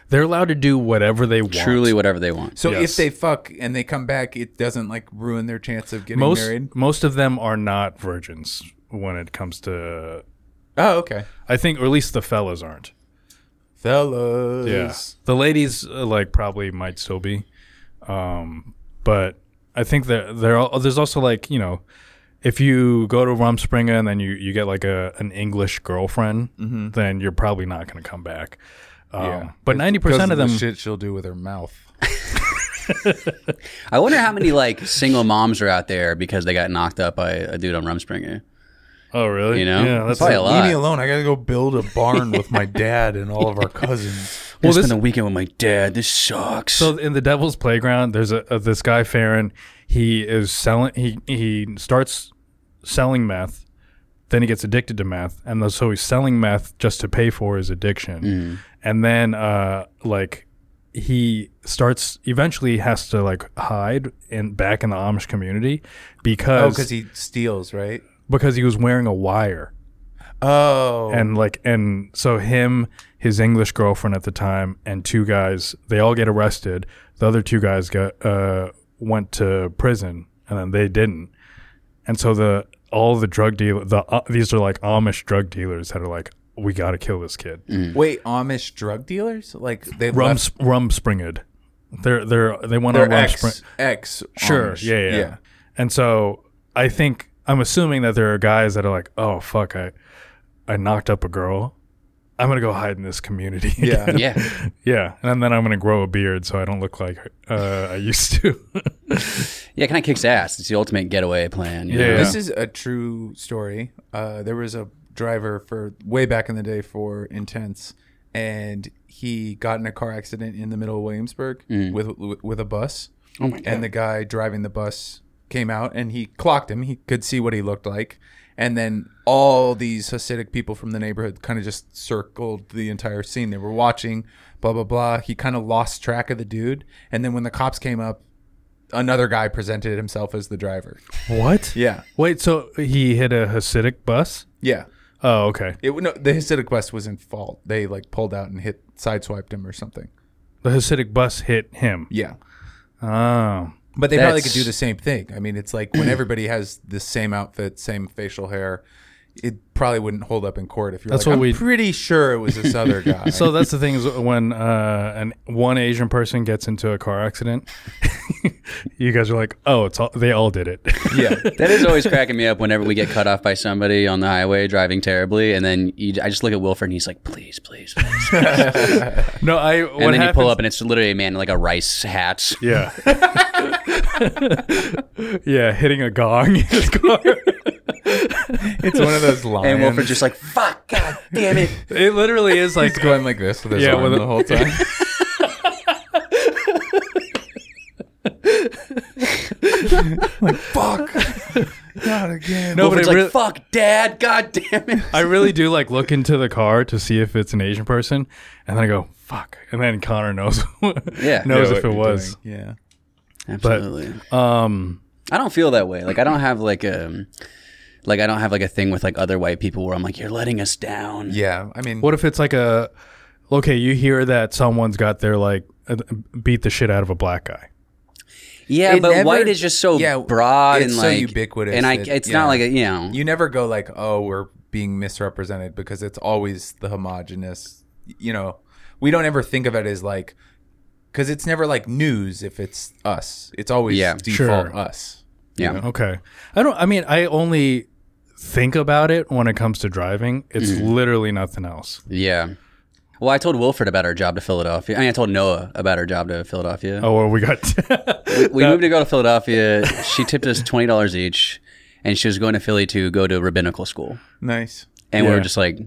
S2: they're allowed to do whatever they want
S1: Truly, whatever they want.
S3: So
S2: Yes.
S3: if they fuck and they come back, it doesn't like ruin their chance of getting
S2: most
S3: married.
S2: most of them are not virgins when it comes to
S3: Oh, okay.
S2: I think or at least the fellas aren't.
S3: Fellas.
S2: The ladies uh, like probably might still be. Um but I think that there are there's also like, you know, if you go to Rumspringa and then you, you get like a an English girlfriend, then you're probably not going to come back. Um,
S3: Mm-hmm. Yeah.
S2: But ninety percent of them,
S3: the shit she'll do with her mouth.
S1: I wonder how many like single moms are out there because they got knocked up by a dude on Rumspringer.
S2: oh really?
S1: You know?
S2: yeah, that's
S1: Probably a lot.
S3: Leave me alone. I gotta go build a barn with my dad and all of our cousins.
S1: Well, I
S2: this-
S1: spent the weekend with my dad. This sucks.
S2: So in the Devil's Playground, there's a, a this guy Farron. He is selling. He he starts selling meth. Then he gets addicted to meth, and th- so he's selling meth just to pay for his addiction.
S3: Mm.
S2: And then, uh, like, he starts eventually has to like hide in back in the Amish community
S3: Oh,
S2: because
S3: because he steals, right?
S2: because he was wearing a wire
S3: Oh,
S2: and like and so him his english girlfriend at the time and two guys they all get arrested the other two guys got uh went to prison and then they didn't and so the all the drug dealer the uh, these are like amish drug dealers that are like we gotta kill this kid
S3: wait, Amish drug dealers? Like they
S2: rum
S3: left
S2: rum springed they're they're they want to
S3: their
S2: rum
S3: ex,
S2: spring
S3: ex.
S2: Sure.
S3: Amish.
S2: Yeah, yeah, And so I think I'm assuming that there are guys that are like, "Oh fuck, I I knocked up a girl. I'm gonna go hide in this community."
S3: Yeah.
S2: again."
S1: yeah,
S2: yeah. And then I'm gonna grow a beard so I don't look like uh, I used to.
S1: yeah, kind of kicks ass. It's the ultimate getaway plan. you
S2: Yeah.
S1: know?
S3: This is a true story. Uh, there was a driver for way back in the day for Intense, and he got in a car accident in the middle of Williamsburg with with a bus.
S1: Oh my god.
S3: And the guy driving the bus came out and he clocked him. He could see what he looked like. And then all these Hasidic people from the neighborhood kind of just circled the entire scene. They were watching, blah, blah, blah. He kind of lost track of the dude. And then when the cops came up, another guy presented himself as the driver.
S2: What?
S3: Yeah.
S2: Wait, so he hit a Hasidic bus?
S3: Yeah.
S2: Oh, okay.
S3: It, no, the Hasidic West was in fault. They like pulled out and hit, sideswiped him or something.
S2: The Hasidic bus hit him.
S3: Yeah.
S2: Oh.
S3: But they probably could
S1: That's-
S3: do the same thing. I mean, it's like when everybody has the same outfit, same facial hair, it probably wouldn't hold up in court if you're
S2: That's
S3: like,
S2: what
S3: I'm
S2: we-
S3: pretty sure it was this other guy.
S2: So that's the thing is when uh, an one Asian person gets into a car accident, you guys are like, "Oh, it's all, they all did it."
S3: yeah.
S1: That is always cracking me up whenever we get cut off by somebody on the highway driving terribly, and then you, I just look at Wilford and he's like, "Please, please, please."
S2: no, I. What
S1: and then you pull
S2: happens-
S1: up and it's literally a man in like a rice hat.
S2: Yeah. yeah, hitting a gong in his car.
S3: It's one of those lines.
S1: And Wilford's just like, "Fuck, god damn it!"
S2: it literally is like
S3: He's going like this with his
S2: Yeah,
S3: arm
S2: with a-
S3: the whole time. like fuck, not again.
S2: No, but
S1: Wilford's
S2: it
S1: like,
S2: really-
S1: "Fuck, dad, god damn it!"
S2: I really do like look into the car to see if it's an Asian person, and then I go fuck, and then Connor knows
S1: Yeah.
S2: knows if
S3: what
S2: it
S3: you're
S2: was.
S3: doing. Yeah.
S1: Absolutely.
S2: Um,
S1: I don't feel that way. Like I don't have like a like I don't have like a thing with like other white people where I'm like, "You're letting us down."
S3: Yeah. I mean,
S2: what if it's like a okay? You hear that someone's got their like uh, beat the shit out of a black guy.
S1: Yeah,
S3: It
S1: but
S3: never-
S1: white is just so
S3: yeah,
S1: broad
S3: it's
S1: and
S3: so
S1: like
S3: ubiquitous
S1: and I,
S3: that-
S1: it's
S3: yeah.
S1: not like a, you know,
S3: you never go like, oh, we're being misrepresented because it's always the homogenous. You know, we don't ever think of it as like, because it's never like news if it's us. It's always
S1: Yeah,
S3: default
S2: sure.
S3: us.
S1: yeah.
S2: Okay, I don't. I mean, I only think about it when it comes to driving. It's literally nothing else.
S1: Yeah. Well, I told Wilfred about our job to Philadelphia. I mean, I told Noah about our job to Philadelphia.
S2: Oh, well, we got.
S1: we moved to go to Philadelphia. she tipped us twenty dollars each, and she was going to Philly to go to rabbinical school.
S3: Nice.
S1: And we
S2: Yeah.
S1: were just like,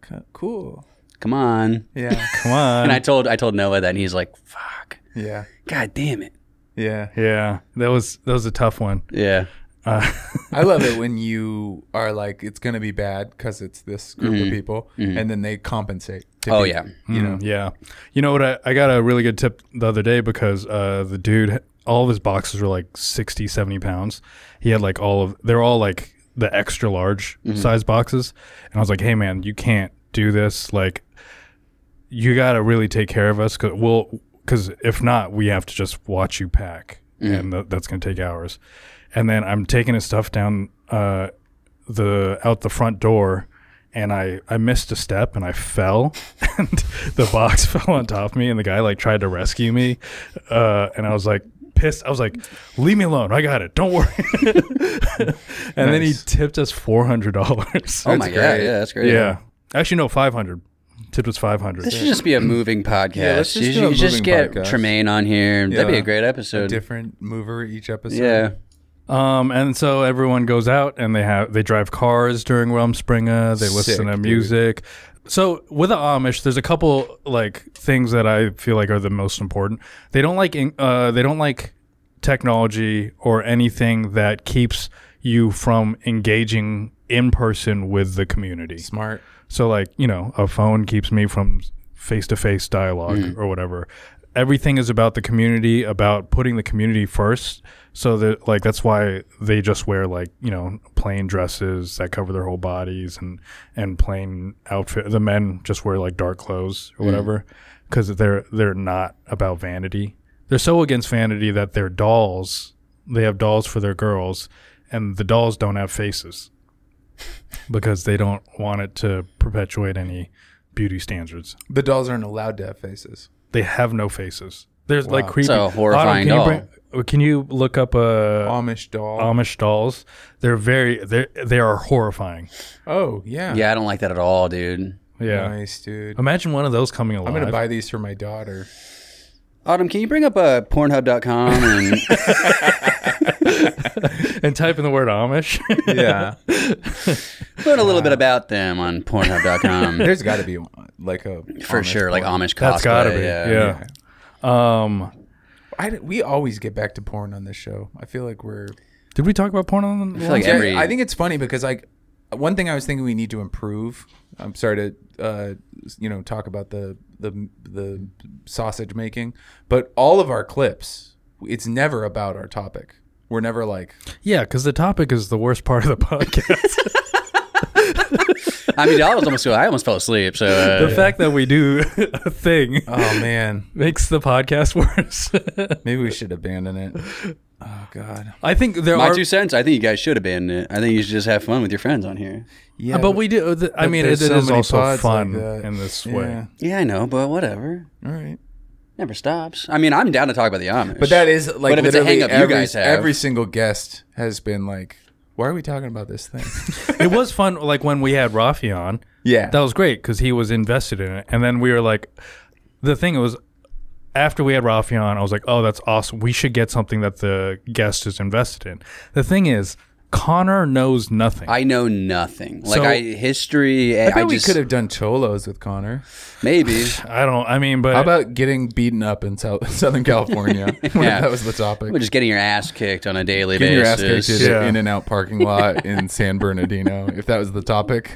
S3: Co- Cool.
S1: "Come on!"
S3: Yeah.
S2: Come on.
S1: And I told I told Noah that, and he's like, "Fuck,
S3: yeah.
S1: god damn it!"
S3: Yeah.
S2: yeah, that was that was a tough one.
S1: Yeah,
S2: Uh,
S3: I love it when you are like, it's going to be bad because it's this group of people, and then they compensate. to
S1: Mm-hmm. Oh,
S3: be-
S1: yeah.
S3: You know,
S2: Mm, yeah. You know what? I, I got a really good tip the other day because uh, the dude, all of his boxes were like 60, 70 pounds. He had like all of, they're all like the extra large
S3: Mm-hmm.
S2: size boxes. And I was like, hey, man, you can't do this. Like, you got to really take care of us because we'll, because if not, we have to just watch you pack.
S3: Mm-hmm.
S2: And th- that's going to take hours. And then I'm taking his stuff down uh, the out the front door and I, I missed a step and I fell and the box fell on top of me and the guy like tried to rescue me uh, and I was like pissed I was like leave me alone I got it don't worry and then he tipped us four hundred dollars
S1: oh my god,
S3: great.
S1: yeah, that's great.
S2: yeah actually no five hundred tipped us five hundred
S1: This should just be a moving podcast.
S3: let's just
S1: you
S3: do
S1: should
S3: a
S1: you just
S3: moving
S1: get
S3: podcast.
S1: Tremaine on here. That'd be
S3: Yeah.
S1: a great episode.
S3: different uh-huh. mover each episode.
S1: yeah.
S2: um and so everyone goes out and they have they drive cars during Rumspringa they
S3: Sick,
S2: listen to
S3: dude.
S2: music. So with the Amish, there's a couple like things that I feel like are the most important. They don't like in- uh, they don't like technology or anything that keeps you from engaging in person with the community.
S3: Smart.
S2: So like you know, a phone keeps me from face to face dialogue or whatever. Everything is about the community, about putting the community first. So that like that's why they just wear like you know plain dresses that cover their whole bodies and and plain outfit. The men just wear like dark clothes or whatever because they're they're not about vanity. They're so against vanity that their dolls they have dolls for their girls and the dolls don't have faces because they don't want it to perpetuate any beauty standards.
S3: The dolls aren't allowed to have faces.
S2: They have no faces. There's like creepy.
S1: So horrifying
S2: Autumn, can
S1: doll.
S2: You bring, can you look up uh,
S3: Amish doll.
S1: Um,
S2: Amish dolls? They're very they they are horrifying.
S3: oh, yeah.
S1: Yeah, I don't like that at all, dude.
S2: Yeah.
S3: Nice, dude.
S2: Imagine one of those coming alive.
S3: I'm going to buy these for my daughter.
S1: Autumn, can you bring up uh, Pornhub.com and
S2: and type in the word Amish.
S3: Yeah.
S1: learn a little bit about them on Pornhub.com?
S3: There's got to be one, like a.
S1: For
S3: Amish
S1: sure, like
S3: porn.
S1: Amish cosplay.
S2: That's gotta be. Yeah. Um,
S3: I, we always get back to porn on this show. I feel like we're.
S2: dude, Did we talk about porn on? the
S1: feel like
S3: Yeah,
S1: every-
S3: I think it's funny because like one thing I was thinking we need to improve. I'm sorry to uh, you know talk about the the the sausage making, but all of our clips, it's never about our topic. We're never like
S2: yeah, because the topic is the worst part of the podcast.
S1: I mean, I was almost I almost fell asleep. So
S2: the
S1: uh,
S2: fact that we do a thing
S3: Oh man,
S2: makes the podcast worse.
S3: maybe we should abandon it. Oh god.
S2: I think there
S1: my
S2: are
S1: two cents. I think you guys should abandon it. I think you should just have fun with your friends on here.
S3: Yeah,
S2: Uh, but we do. th- I
S3: but
S2: mean, it,
S3: there's
S2: it
S3: so
S2: is
S3: many
S2: also
S3: pods
S2: fun
S3: like that.
S2: in this
S3: Yeah.
S2: way.
S1: Yeah, I know, but whatever.
S3: all right.
S1: Never stops. I mean, I'm down to talk about the Amish.
S3: But that is like
S1: But if it's a
S3: literally
S1: hang-up you
S3: every,
S1: guys have.
S3: every single guest has been like, why are we talking about this thing?
S2: it was fun, like when we had Rafi on.
S3: yeah.
S2: That was great because he was invested in it, and then we were like, the thing was. After we had Rafi on, I was like, "Oh, that's awesome! We should get something that the guest is invested in." The thing is, Connor knows nothing.
S1: I know nothing. Like
S2: So-
S1: I history. I,
S3: I bet we
S1: just
S3: could have done cholos with Connor.
S1: maybe.
S2: I don't. I mean, but
S3: How about getting beaten up in South, Southern California? What if
S1: Yeah.
S3: that was the topic.
S1: We're just getting your ass kicked on a daily
S3: Getting your ass
S1: basis.
S3: kicked in
S2: Yeah.
S3: an in-and-out parking lot in San Bernardino. If that was the topic,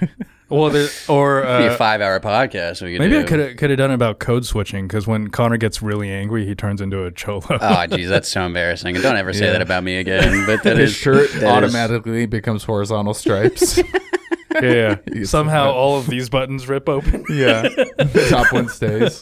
S2: well, there, or
S1: It'd be
S2: uh,
S1: a five-hour podcast. We could
S2: maybe
S1: do.
S2: I could have could have done about code switching because when Connor gets really angry, he turns into a cholo.
S3: Uh,
S1: Oh, geez, that's so embarrassing. And don't ever say that about me again. But that
S3: his
S1: is
S3: shirt
S1: that is-
S3: automatically becomes horizontal stripes.
S2: yeah.
S3: Yes.
S2: Somehow all of these buttons rip open.
S3: yeah, the top one stays.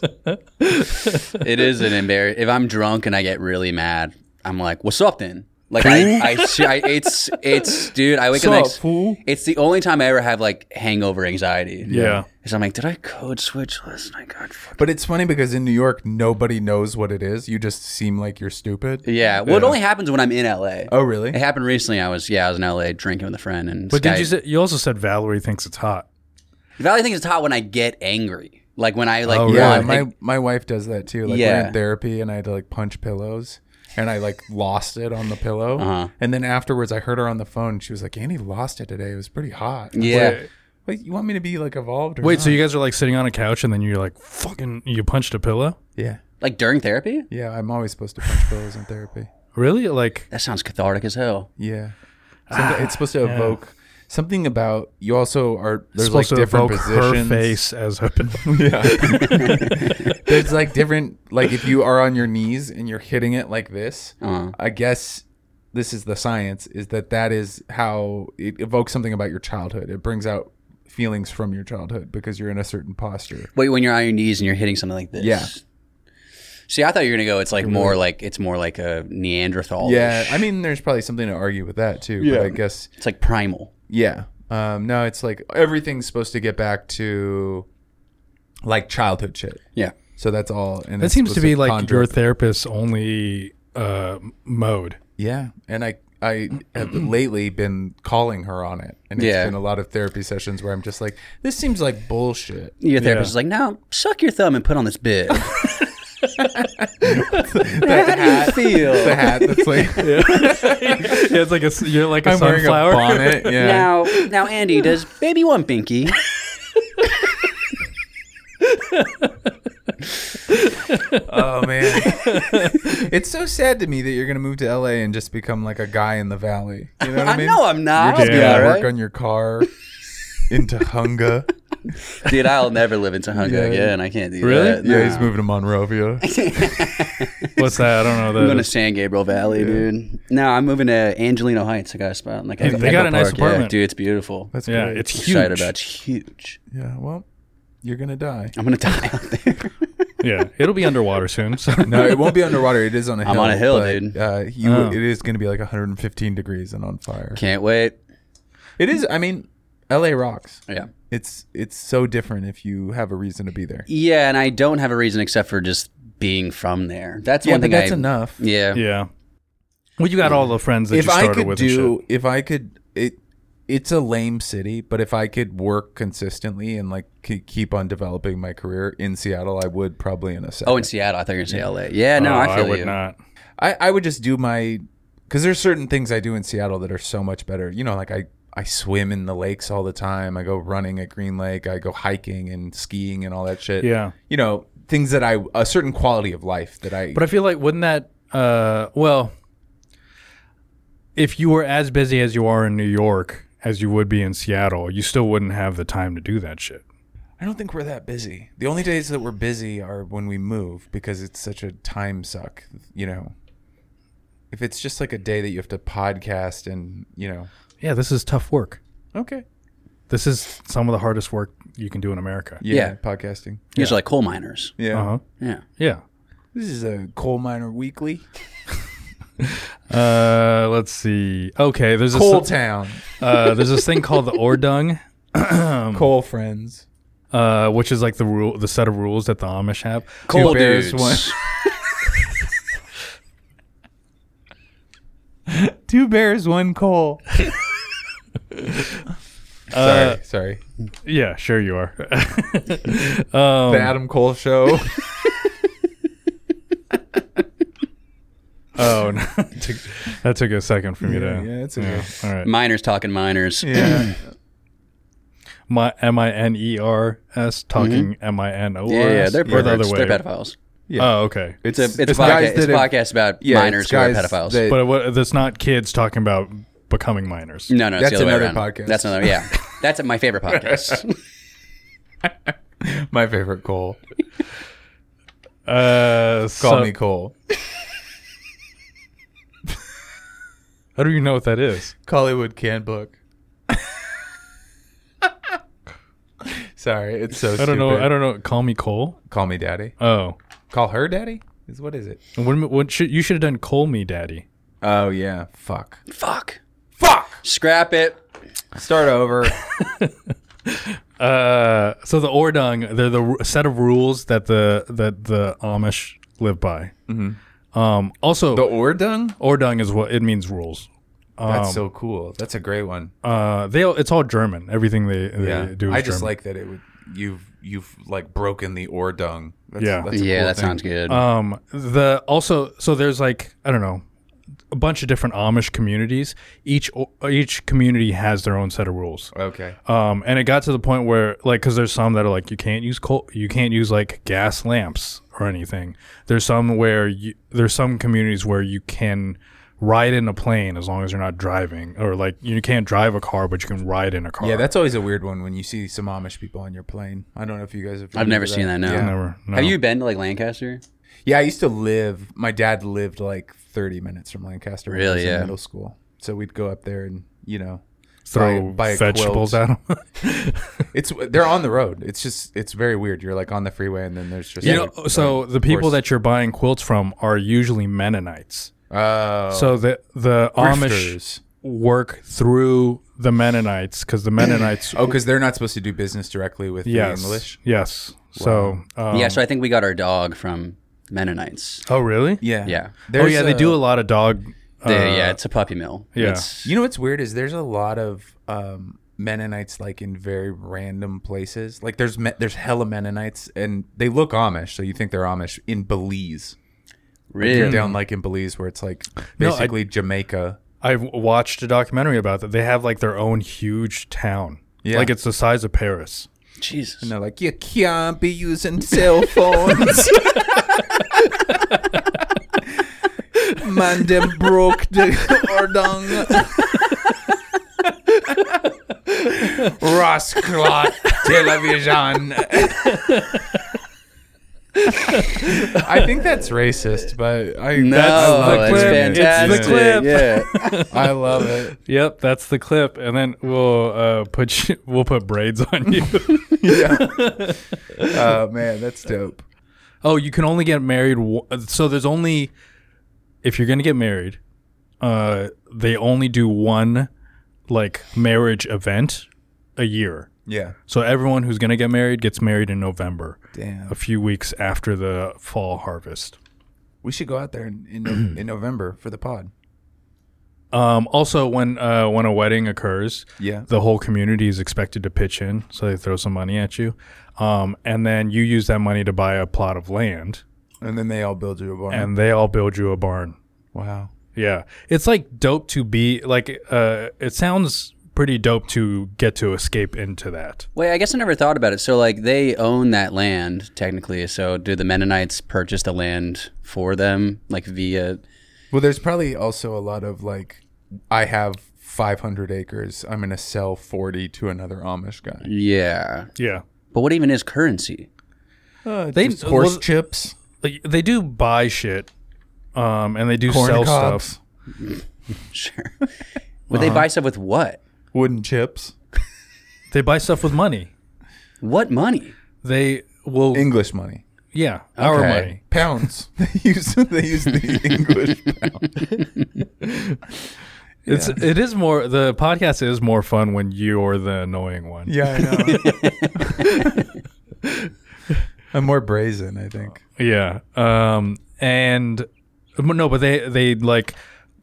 S1: it is an embarrassing. If I'm drunk and I get really mad, I'm like, "What's up, then?" Like I, I, I it's, it's, dude. I wake up
S3: Sup,
S1: next.
S3: fool?
S1: It's the only time I ever have like hangover anxiety.
S2: Yeah.
S1: Because I'm like, did I code switch last night? God, fuck.
S3: But it's funny because in New York, nobody knows what it is. You just seem like you're stupid.
S1: Yeah. Well, it only happens when I'm in LA.
S3: Oh, really?
S1: It happened recently. I was yeah, I was in LA drinking with a friend, and
S2: But
S1: Sky-
S2: did you say, you also said Valerie thinks it's hot?
S1: Valley thinks it's hot when I get angry, like when I like
S2: Oh,
S3: Yeah,
S1: want-
S3: my my wife does that too. Like we're
S1: Yeah.
S3: in therapy, and I had to like punch pillows, and I like lost it on the pillow,
S1: Uh-huh.
S3: and then afterwards I heard her on the phone. She was like, "Andy lost it today. It was pretty hot." I'm
S1: yeah.
S3: like, Wait, you want me to be like evolved? Or
S2: Wait,
S3: not?
S2: so you guys are like sitting on a couch and then you're like, fucking, you punched a pillow?
S3: yeah,
S1: Like during therapy?
S3: yeah. I'm always supposed to punch pillows in therapy.
S2: Really? Like,
S1: That sounds cathartic as hell.
S3: Yeah, Something-
S1: Ah,
S3: it's supposed to evoke something about you. Also, are there's
S2: supposed
S3: like
S2: to
S3: different
S2: evoke
S3: positions.
S2: her face as a pillow.
S3: There's like different like if you are on your knees and you're hitting it like this,
S1: Uh-huh.
S3: Mm-hmm. I guess this is the science is that that is how it evokes something about your childhood. It brings out feelings from your childhood because you're in a certain posture.
S1: Wait, when you're on your knees and you're hitting something like this.
S3: Yeah.
S1: See, I thought you were gonna go. It's like more like it's more like a Neanderthal.
S3: Yeah, I mean, there's probably something to argue with that too.
S1: Yeah.
S3: But I guess
S1: it's like primal.
S3: yeah. Um, no, it's like everything's supposed to get back to like childhood shit.
S1: Yeah.
S3: So that's all. And
S2: that
S3: it's
S2: seems to
S3: supposed
S2: be like
S3: conjure
S2: your
S3: up-
S2: therapist's only uh, mode.
S3: Yeah, and I I have lately been calling her on it, and it's
S1: Yeah.
S3: been a lot of therapy sessions where I'm just like, this seems like bullshit.
S1: Your therapist is like, now suck your thumb and put on this bib.
S3: That
S1: How
S3: hat,
S1: do you feel?
S3: the hat that's like
S2: yeah, it's like a, s- you're like a
S3: I'm wearing a
S2: sunflower.
S3: bonnet. Yeah,
S1: Now, now, Andy, does baby one binky?
S3: oh man, it's so sad to me that you're gonna move to LA and just become like a guy in the valley. You know what I
S1: I
S3: mean?
S1: know I'm not.
S3: You're just
S1: I'll be
S2: Yeah.
S1: all
S3: gonna work
S1: right.
S3: on your car in Tahunga.
S1: Dude, I'll never live in Tahunga
S3: Yeah.
S1: again. I can't do
S2: Really?
S1: that.
S3: Yeah, he's
S1: No.
S3: moving to Monrovia.
S2: What's that? I don't know. what That
S1: I'm going to
S2: is.
S1: San Gabriel Valley, dude. No, I'm moving to Angelino Heights. I got a spot. in, Like,
S2: Hey,
S1: Echo-
S2: they got
S1: Echo
S2: a nice
S1: Park. Yeah,
S2: apartment.
S1: dude, it's beautiful.
S3: That's
S2: yeah,
S3: great.
S2: it's huge.
S1: Excited about. It's huge.
S3: yeah. Well, you're gonna die.
S1: I'm gonna die out there.
S2: yeah, it'll be underwater soon. So.
S3: No, it won't be underwater. It is on a hill.
S1: I'm on a hill,
S3: but,
S1: dude.
S3: Uh, you,
S2: Oh.
S3: It is going to be like 115 degrees and on fire.
S1: Can't wait.
S3: It is. I mean, LA rocks.
S1: Yeah.
S3: It's it's so different if you have a reason to be there.
S1: Yeah, and I don't have a reason except for just being from there. That's
S3: Yeah,
S1: one
S3: but
S1: thing.
S3: that's
S1: I,
S3: enough.
S1: Yeah.
S2: Yeah. Well, you got all the friends that
S3: If
S2: you
S3: I
S2: started
S3: could
S2: with.
S3: do,
S2: and
S3: if I could, it it's a lame city, but if I could work consistently and like ke- keep on developing my career in Seattle, I would probably in a second.
S1: Oh, in Seattle, I thought you were gonna say LA. Yeah,
S2: shit.
S1: no,
S2: Oh,
S1: I feel
S2: would
S1: you.
S2: not.
S3: I, I would just do my because there's certain things I do in Seattle that are so much better. You know, like I I swim in the lakes all the time. I go running at Green Lake. I go hiking and skiing and all that shit.
S2: Yeah.
S3: you know things that I a certain quality of life that I.
S2: But I feel like wouldn't that? Uh, well, if you were as busy as you are in New York as you would be in Seattle, you still wouldn't have the time to do that shit.
S3: I don't think we're that busy. The only days that we're busy are when we move because it's such a time suck, you know. If it's just like a day that you have to podcast and, you know,
S2: Yeah, this is tough work.
S3: okay.
S2: This is some of the hardest work you can do in America.
S3: Yeah,
S1: Yeah.
S3: podcasting.
S1: These are like coal miners.
S3: Yeah.
S2: Uh huh.
S1: Yeah.
S2: Yeah.
S3: This is a coal miner weekly.
S2: Uh, let's see. Okay, there's
S3: Coal
S2: this,
S3: town.
S2: uh, there's this thing called the Ordung,
S3: coal friends.
S2: uh, which is like the rule, the set of rules that the Amish have.
S1: Coal
S3: bears,
S1: dudes.
S3: one- Two bears, one coal. sorry, sorry.
S2: Yeah, sure you are.
S3: the Adam Cole show.
S2: oh, no. Took- that took a second for me to.
S3: yeah, it's okay.
S2: All right.
S1: miners talking miners.
S3: yeah.
S2: My M I N E R S talking M I N O R S.
S1: Mm-hmm. Yeah, yeah, they're
S2: Or the
S1: perverts. They're
S2: other way.
S1: pedophiles.
S2: Oh, okay.
S1: It's a it's, a
S3: guys
S1: podcast, it's a
S3: that have-
S1: podcast about
S3: yeah, it's
S1: minors who are
S3: guys
S1: pedophiles.
S3: that-
S2: But what, that's not kids talking about becoming minors.
S1: no, no, it's
S3: That's
S1: the other way
S3: another
S1: around.
S3: podcast.
S1: That's another. Yeah, that's my favorite podcast.
S3: My favorite coal.
S2: Uh,
S3: Call
S2: so-
S3: me Cole.
S2: How do you know what that is?
S3: Collywood can book. Sorry, it's so.
S2: I don't know.
S3: stupid.
S2: I don't know. Call me Cole.
S3: Call me daddy.
S2: Oh,
S3: Call her daddy. Is what is it?
S2: when, when should, you should have done Call me Daddy.
S3: Oh yeah. Fuck.
S1: Fuck.
S3: Fuck.
S1: Scrap it.
S3: Start over.
S2: Uh, so the Ordung, they're the r- set of rules that the that the Amish live by. Mm-hmm. Um, also,
S3: the Ordung.
S2: Ordung is what it means rules.
S3: That's
S2: Um,
S3: so cool. That's a great one.
S2: Uh, they all- it's all German. Everything they, they
S3: yeah.
S2: do is
S3: I just
S2: German.
S3: like that it would. You've you've like broken the Ordung. That's,
S2: Yeah.
S3: That's a
S1: Yeah,
S3: cool
S1: that
S3: thing. Uh,
S1: sounds good.
S2: Um, the also so there's like I don't know a bunch of different Amish communities. Each each community has their own set of rules.
S3: Okay.
S2: Um, and it got to the point where like because there's some that are like you can't use coal, you can't use like gas lamps or anything. There's some where you, there's some communities where you can ride in a plane as long as you're not driving, or like you can't drive a car but you can ride in a car.
S3: Yeah, that's always a weird one when you see some Amish people on your plane. I don't know if you guys have.
S1: I've never seen that. No.
S3: Yeah.
S2: never. No.
S1: Have you been to like Lancaster?
S3: Yeah, I used to live. My dad lived like 30 minutes from Lancaster. when I
S1: Really,
S3: was in
S1: yeah.
S3: middle school. So we'd go up there and you know,
S2: throw
S3: buy- buy a
S2: vegetables
S3: quilt.
S2: at them?
S3: It's they're on the road. It's just it's very weird. You're like on the freeway and then there's just
S2: You
S3: like,
S2: know, so the people that you're buying quilts from are usually Mennonites.
S3: oh
S2: uh, So the the Amish
S3: grifters.
S2: work through the Mennonites because the Mennonites,
S3: Oh, because they're not supposed to do business directly with
S2: yes,
S3: the English.
S2: yes. So um,
S1: yeah, so I think we got our dog from Mennonites.
S2: Oh, really?
S3: Yeah,
S1: Yeah.
S2: oh,
S3: There's
S2: yeah. they
S3: a-
S2: do a lot of dog. Uh,
S1: The- yeah, it's a puppy mill.
S2: yeah.
S1: It's,
S3: You know what's weird is there's a lot of um, Mennonites like in very random places. Like there's me- there's hella Mennonites and they look Amish, so you think they're Amish in Belize. You're
S1: really.
S3: down like in Belize where it's like
S2: No, I-
S3: basically Jamaica.
S2: I've watched a documentary about that. They have like their own huge town.
S3: Yeah.
S2: Like it's the size of Paris.
S1: Jesus.
S3: And they're like, you can't be using cell phones. Man, them broke the ordung. Rasclot television. I think that's racist, but I
S1: No,
S3: that's the
S1: it's
S3: clip.
S1: fantastic.
S2: It's the clip.
S1: Yeah.
S3: I love it.
S2: Yep, that's the clip, and then we'll uh, put you, we'll put braids on you.
S3: Oh man, that's dope.
S2: Oh, you can only get married. wo- So there's only if you're gonna get married, uh, they only do one like marriage event a year.
S3: Yeah.
S2: So everyone who's gonna get married gets married in November,
S3: Damn.
S2: a few weeks after the fall harvest.
S3: We should go out there in in, in November for the pod.
S2: Um, also, when uh, when a wedding occurs,
S3: Yeah.
S2: the whole community is expected to pitch in, so they throw some money at you, um, and then you use that money to buy a plot of land,
S3: And then they all build you a barn.
S2: and they all build you a barn.
S3: wow.
S2: Yeah. It's like dope to be like uh it sounds pretty dope to get to escape into that.
S1: Wait, I guess I never thought about it. So, like, they own that land technically. So, do the Mennonites purchase the land for them, like via?
S3: Well, there's probably also a lot of like I have 500 acres. I'm going to sell 40 to another Amish guy.
S1: Yeah.
S2: Yeah.
S1: But what even is currency?
S2: They-
S3: Just horse
S2: well,
S3: chips,
S2: Like, they do buy shit, um, and they do
S3: corn
S2: sell
S3: cobs,
S2: stuff.
S1: Sure. Would they
S3: Uh-huh.
S1: buy stuff with what?
S3: wooden chips,
S2: They buy stuff with money.
S1: What money?
S2: They will,
S3: English money,
S2: yeah, our
S1: Okay.
S2: money.
S3: pounds. they use they use the English pound.
S2: It's it is more the podcast is more fun when you're the annoying one.
S3: Yeah, I know. I'm more brazen, I think.
S2: Yeah. Um and but no, but they they like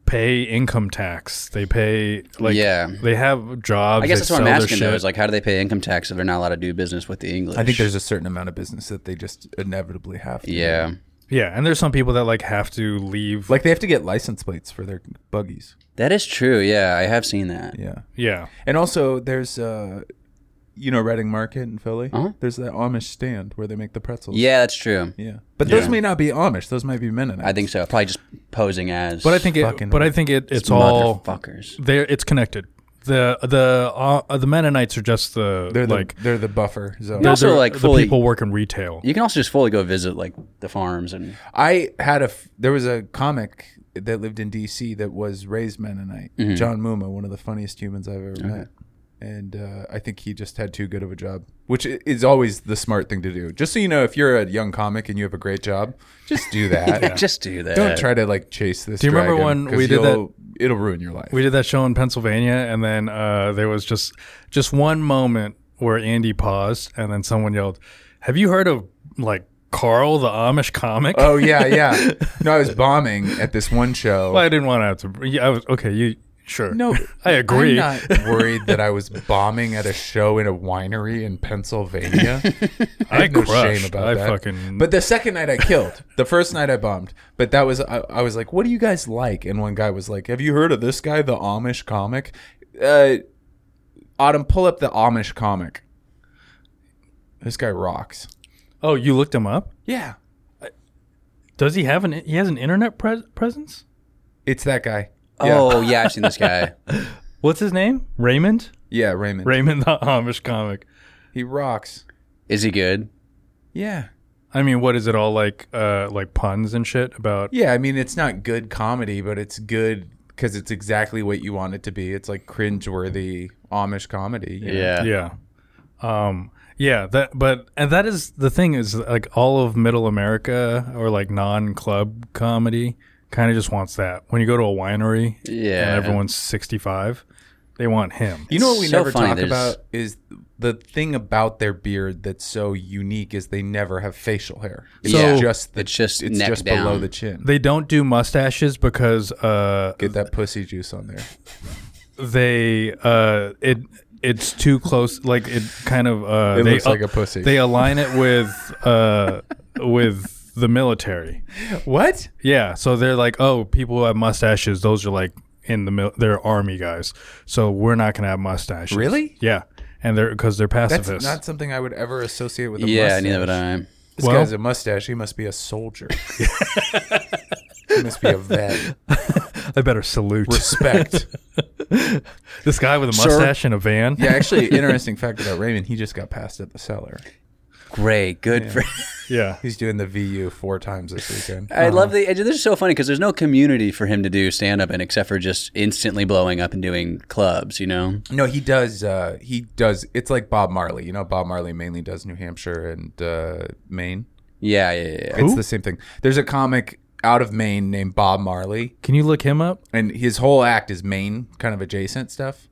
S2: pay income tax. They pay like
S1: Yeah.
S2: they have jobs.
S1: I guess
S2: they
S1: that's what I'm
S2: sell their
S1: asking though.
S2: shit.
S1: Is like, how do they pay income tax if they're not allowed to do business with the English?
S3: I think there's a certain amount of business that they just inevitably have to.
S1: Yeah,
S2: yeah, and there's some people that like have to leave
S3: Like they have to get license plates for their buggies.
S1: that is true. Yeah, I have seen that.
S3: Yeah.
S2: Yeah.
S3: And also there's uh you know Reading Market in Philly?
S1: Uh-huh.
S3: There's that Amish stand where they make the pretzels.
S1: Yeah, that's true.
S3: Yeah. But those
S1: Yeah.
S3: may not be Amish, those might be Mennonites.
S1: I think so. Probably just posing as.
S2: But I think
S3: Fucking-
S2: it but I think it it's all
S1: motherfuckers.
S2: there it's connected. The the uh, the Mennonites are just the
S3: they're the,
S2: like
S3: they're the buffer zone.
S1: No. Also,
S2: they're
S1: like,
S2: the
S1: fully-
S2: people work in retail.
S1: You can also just fully go visit like the farms and
S3: I had a f- there was a comic that lived in D.C. that was raised Mennonite,
S1: Mm-hmm.
S3: John Muma, one of the funniest humans I've ever met, and uh, I think he just had too good of a job, which i- is always the smart thing to do. Just so you know, if you're a young comic and you have a great job, just do that.
S1: just do that.
S3: Don't try to like chase this.
S2: Do you remember when we did that-
S3: that? It'll ruin your life.
S2: We did that show in Pennsylvania, and then uh, there was just just one moment where Andy paused, and then someone yelled, "Have you heard of like Carl the Amish comic?"
S3: oh yeah, yeah. No, I was bombing at this one show.
S2: Well, I didn't want to. Have to yeah, I was okay. You sure?
S3: No,
S2: I agree.
S3: I'm not worried that I was bombing at a show in a winery in Pennsylvania. I,
S2: I
S3: have no
S2: crushed.
S3: shame about
S2: I
S3: that.
S2: fucking-
S3: But the second night I killed. The first night I bombed. But that was I, I was like, "What do you guys like?" And one guy was like, "Have you heard of this guy, the Amish comic?" Uh, Autumn, pull up the Amish comic. This guy rocks.
S2: Oh, you looked him up.
S3: Yeah,
S2: Does he have an? He has an internet pres presence.
S3: it's that guy. Yeah,
S1: Oh yeah, I've seen this guy.
S2: What's his name? Raymond.
S3: yeah, Raymond.
S2: Raymond the Amish comic.
S3: he rocks.
S1: Is he good?
S3: Yeah.
S2: I mean, what is it all like? Uh, like puns and shit about.
S3: Yeah, I mean it's not good comedy, but it's good because it's exactly what you want it to be. It's like cringeworthy Amish comedy. you know?
S2: yeah um yeah that but and that is the thing is like all of middle america or like non-club comedy kind of just wants that when you go to a winery
S1: Yeah.
S2: and everyone's 65 they want him
S3: You know what we
S1: So
S3: never
S1: funny,
S3: talk
S1: there's-
S3: about is the thing about their beard that's so unique is they never have facial hair. It's
S1: So-
S3: just the,
S1: It's just
S3: it's
S1: neck
S3: just
S1: down.
S3: below the chin.
S2: they don't do mustaches because uh
S3: Get that pussy juice on there.
S2: they uh it it's too close like it kind of uh
S3: It
S2: they,
S3: looks like a pussy.
S2: they align it with uh with the military
S3: what?
S2: Yeah, so they're like, oh, people who have mustaches, those are like in the mil- they're army guys. So we're not gonna have mustaches.
S3: Really?
S2: Yeah, and they're because they're
S3: That's
S2: pacifists.
S3: not something I would ever associate with a
S1: yeah.
S3: mustache.
S1: Neither would I.
S3: This
S2: Well-
S3: guy's a mustache. He must be a soldier. he must be a vet.
S2: I better salute
S3: Respect.
S2: this guy with a
S1: Sir?
S2: mustache in a van.
S3: Yeah, actually, interesting fact about Raymond, he just got passed at the cellar.
S1: Great. Good for.
S2: yeah.
S3: He's doing the VU four times this weekend.
S2: Uh-huh.
S3: Uh,
S1: I love the. This is so funny because there's no community for him to do stand up in except for just instantly blowing up and doing clubs. You know.
S3: No, he does. Uh, he does. It's like Bob Marley. You know, Bob Marley mainly does New Hampshire and uh, Maine.
S1: Yeah. Yeah. Yeah. yeah.
S3: It's the same thing. There's a comic out of Maine named Bob Marley,
S2: Can you look him up?
S3: and his whole act is Maine kind of adjacent stuff.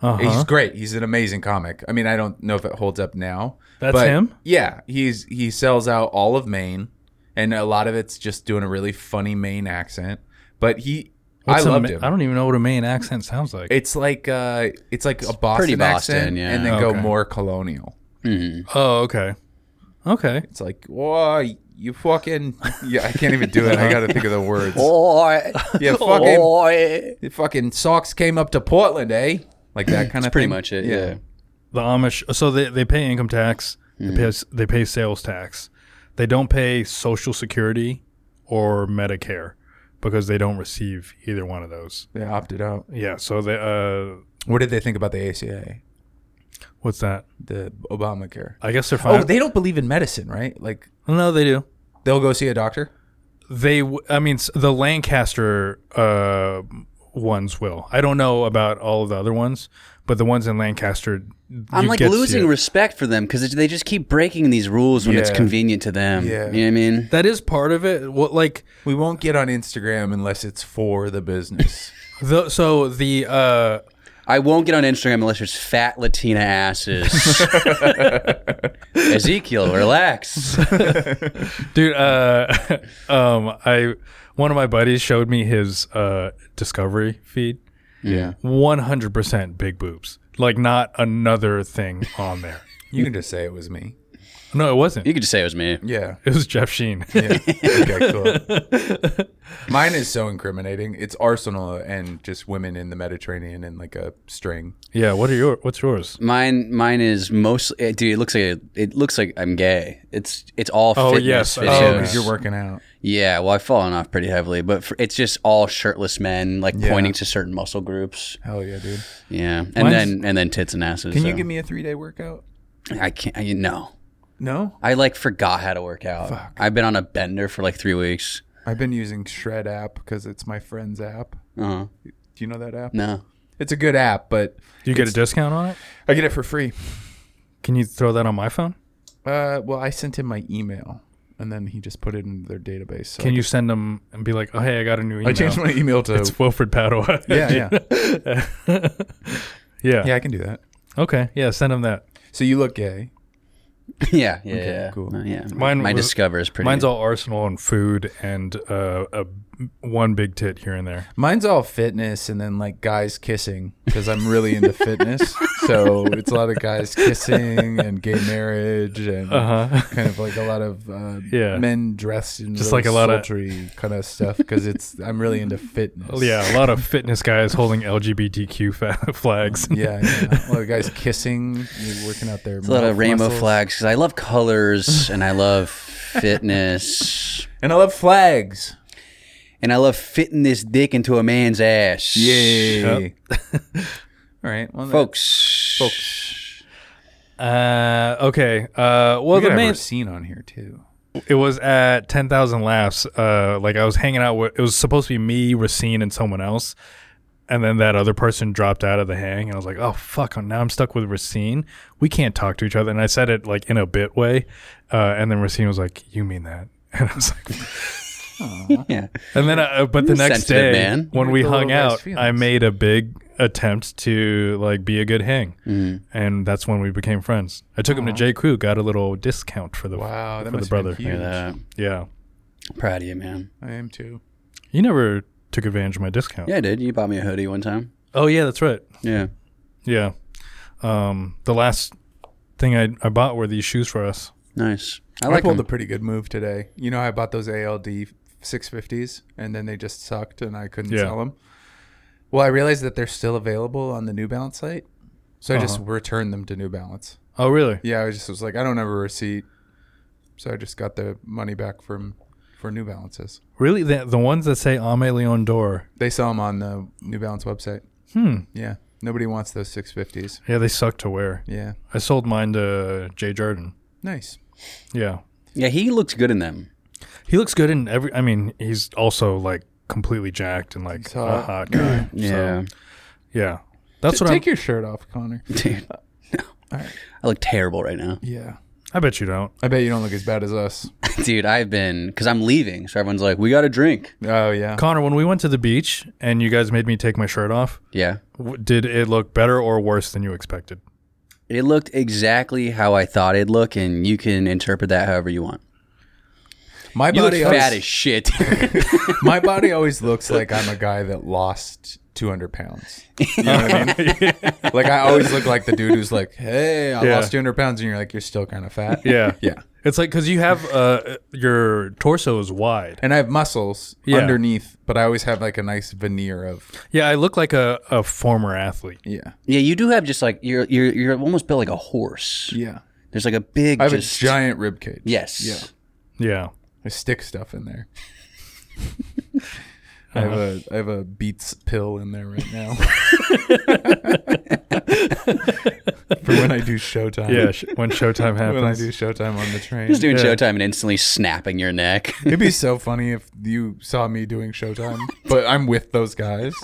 S2: Uh
S3: He's
S1: Uh-huh.
S2: huh.
S3: great. He's an amazing comic. I mean, I don't know if it holds up now.
S2: That's
S3: but
S2: him?
S3: Yeah, he's he sells out all of Maine, and a lot of it's just doing a really funny Maine accent. But he, I loved him.
S2: I don't even know what a Maine accent sounds like.
S3: It's like uh, it's like a Boston,
S1: pretty Boston,
S3: accent,
S1: yeah.
S3: and then go
S2: Okay.
S3: more colonial.
S1: Mm-hmm.
S2: oh, okay. Okay.
S3: It's like, whoa, you fucking, yeah, I can't even do it. I got to think of the words.
S1: Boy.
S3: Yeah, fucking,
S1: Boy.
S3: fucking socks came up to Portland, eh? Like that kind of
S1: Pretty
S3: thing.
S1: much it. Yeah.
S2: The Amish. So they, they pay income tax.
S1: Hmm.
S2: They pay they pay sales tax. They don't pay Social Security or Medicare. because they don't receive either one of those.
S3: They opted out.
S2: Yeah. So they, uh,
S3: What did they think about the ACA,
S2: what's that?
S3: the Obamacare?
S2: I guess they're fine.
S3: Oh, they don't believe in medicine, right? Like
S2: Uh, no, they do.
S3: they'll go see a doctor.
S2: They, w- I mean, s- the Lancaster uh, ones will. I don't know about all of the other ones, but the ones in Lancaster,
S1: I'm
S2: you
S1: like
S2: get to-
S1: losing respect for them because they just keep breaking these rules when it's
S3: Yeah.
S1: convenient to them.
S3: Yeah.
S1: You know what I mean?
S2: That is part of it. What like
S3: We won't get on Instagram unless it's for the business.
S2: the so the uh,
S1: I won't get on Instagram unless there's fat Latina asses. Ezekiel, relax.
S2: dude uh um i one of my buddies showed me his uh discovery feed
S3: yeah,
S2: 100% big boobs like not another thing on there
S3: you can just say it was me.
S2: no it wasn't
S1: You could just say it was me.
S3: Yeah.
S2: it was jeff sheen
S3: Yeah. Okay, cool. Mine is so incriminating. It's Arsenal and just women in the Mediterranean and like a string.
S2: yeah what are your what's yours
S1: Mine, mine is mostly, eh, dude. It looks like a, it looks like I'm gay. It's it's all
S2: Oh,
S1: fitness
S2: yes. Oh,
S1: videos.
S2: 'cause
S3: you're working out.
S1: Yeah, well, I've fallen off pretty heavily, but for, it's just all shirtless men, like
S3: Yeah.
S1: pointing to certain muscle groups.
S3: Hell yeah, dude.
S1: Yeah, and
S2: Mine's-
S1: then and then tits and asses.
S3: Can
S1: so.
S3: you give me a three day workout?
S1: I can't. I, no,
S3: No,
S1: I like forgot how to work out. I've been on a bender for like three weeks.
S3: I've been using Shred app because it's my friend's app.
S1: Uh-huh.
S3: Do you know that app?
S1: No,
S3: It's a good app, but
S2: do you get a discount on it
S3: I get it for free.
S2: can you throw that on my phone
S3: Uh, well, I sent him my email, and then he just put it into their database. So
S2: can you send them and be like oh hey i got a new email
S3: I changed my email to
S2: it's wilfred padua
S3: yeah, yeah,
S2: yeah
S3: yeah. I can do that.
S2: okay yeah send them that
S3: So you look gay.
S1: yeah, yeah, yeah.
S3: cool.
S1: No, yeah,
S2: Mine
S1: my
S2: was-
S1: discover is pretty.
S2: mine's all arsenal and food and uh a, one big tit here and there
S3: Mine's all fitness, and then like guys kissing because I'm really into fitness. So it's a lot of guys kissing and gay marriage and
S2: uh-huh
S3: kind of like a lot of uh,
S2: Yeah.
S3: men dressed in
S2: Just like a lot of-
S3: of kind of stuff because it's I'm really into fitness.
S2: Yeah, a lot of fitness guys holding LGBTQ fa- flags.
S3: Yeah, yeah. A lot of guys kissing, working out their.
S1: It's a lot of
S3: mouth
S1: rainbow
S3: muscles.
S1: flags because I love colors and I love fitness
S3: and I love flags.
S1: and I love fitting this dick into a man's ass.
S3: Yay! All right, well,
S1: folks.
S3: Folks.
S2: Uh, okay. Uh, well,
S3: Well,
S2: the main
S3: scene on here too.
S2: it was at ten thousand laughs. Uh, like I was hanging out with. It was supposed to be me, Racine, and someone else, and then that other person dropped out of the hang, and I was like, "Oh fuck!" Now I'm stuck with Racine. We can't talk to each other. And I said it like in a bit way, uh, and then Racine was like, "You mean that?" And I was like,
S1: Yeah.
S2: And then, uh, but the next
S1: sensitive
S2: day,
S1: man.
S2: when
S3: Hurt
S2: we
S3: the
S2: hung
S3: little guy's
S2: out, I
S3: feelings.
S2: made a big attempt to like be a good hang,
S1: Mm-hmm.
S2: and that's when we became friends. I took him to J Crew, got a little discount for the
S3: Wow, that
S2: for the
S3: must have been
S2: brother.
S1: Look
S3: huge.
S1: at that.
S2: Yeah,
S1: Proud of you, man.
S3: I am too.
S2: you never took advantage of my discount.
S1: Yeah, I did. You bought me a hoodie one time.
S2: Oh yeah, that's right.
S1: Yeah.
S2: Yeah, um, the last thing I, I bought were these shoes for us.
S1: Nice. I
S3: I,
S1: like
S3: pulled
S1: them.
S3: a pretty good move today. You know, I bought those ALD 650s, and then they just sucked, and I couldn't
S2: Yeah.
S3: sell them. Well, I realized that they're still available on the New Balance site, so I just
S2: Uh-huh.
S3: returned them to New Balance.
S2: Oh really?
S3: Yeah, I just was like, I don't have a receipt, so I just got the money back from for New Balances.
S2: Really? The the ones that say Ame Leon Dor.
S3: They sell them on the New Balance website.
S2: Hmm.
S3: Yeah, nobody wants those 650s.
S2: Yeah, they suck to wear.
S3: Yeah,
S2: I sold mine to Jay Jordan.
S3: nice.
S2: Yeah.
S1: yeah, he looks good in them.
S2: He looks good in every. I mean, he's also like completely jacked and like
S3: He's
S2: a
S3: hot.
S2: hot guy.
S1: Yeah.
S2: yeah, that's
S3: T-
S2: what
S3: take
S2: I'm.
S3: your shirt off, Connor.
S1: Dude. No. I look terrible right now.
S3: Yeah,
S2: I bet you don't.
S3: I bet you don't look as bad as us.
S1: Dude, I've been, because I'm leaving. So everyone's like, we got a drink.
S3: Oh yeah,
S2: Connor, when we went to the beach and you guys made me take my shirt off,
S1: Yeah.
S2: w- did it look better or worse than you expected?
S1: It looked exactly how I thought it'd look, and you can interpret that however you want.
S3: my
S1: You look
S3: body always,
S1: fat as shit.
S3: my body always looks like I'm a guy that lost 200 pounds. You know what I mean? Like I always look like the dude who's like, "Hey, I
S2: Yeah.
S3: lost 200 pounds," and you're like, "You're still kind of fat."
S2: Yeah,
S3: yeah.
S2: It's like because you have uh your torso is wide.
S3: And I have muscles
S2: Yeah.
S3: underneath, but I always have like a nice veneer of
S2: Yeah, I look like a, a former athlete.
S3: yeah,
S1: yeah, you do have just like, you're, you're, you're almost built like a horse.
S3: yeah.
S1: There's like a big,
S3: I have
S1: just.
S3: a giant rib cage.
S1: yes.
S3: Yeah.
S2: Yeah.
S3: I stick stuff in there. I have
S2: Uh-huh.
S3: a I have a Beats pill in there right now for when I do Showtime.
S2: Yeah, sh- when Showtime
S3: when I
S2: happens.
S3: do Showtime on the train.
S1: Just doing
S2: Yeah.
S1: Showtime and instantly snapping your neck.
S3: It'd be so funny if you saw me doing Showtime, but I'm with those guys.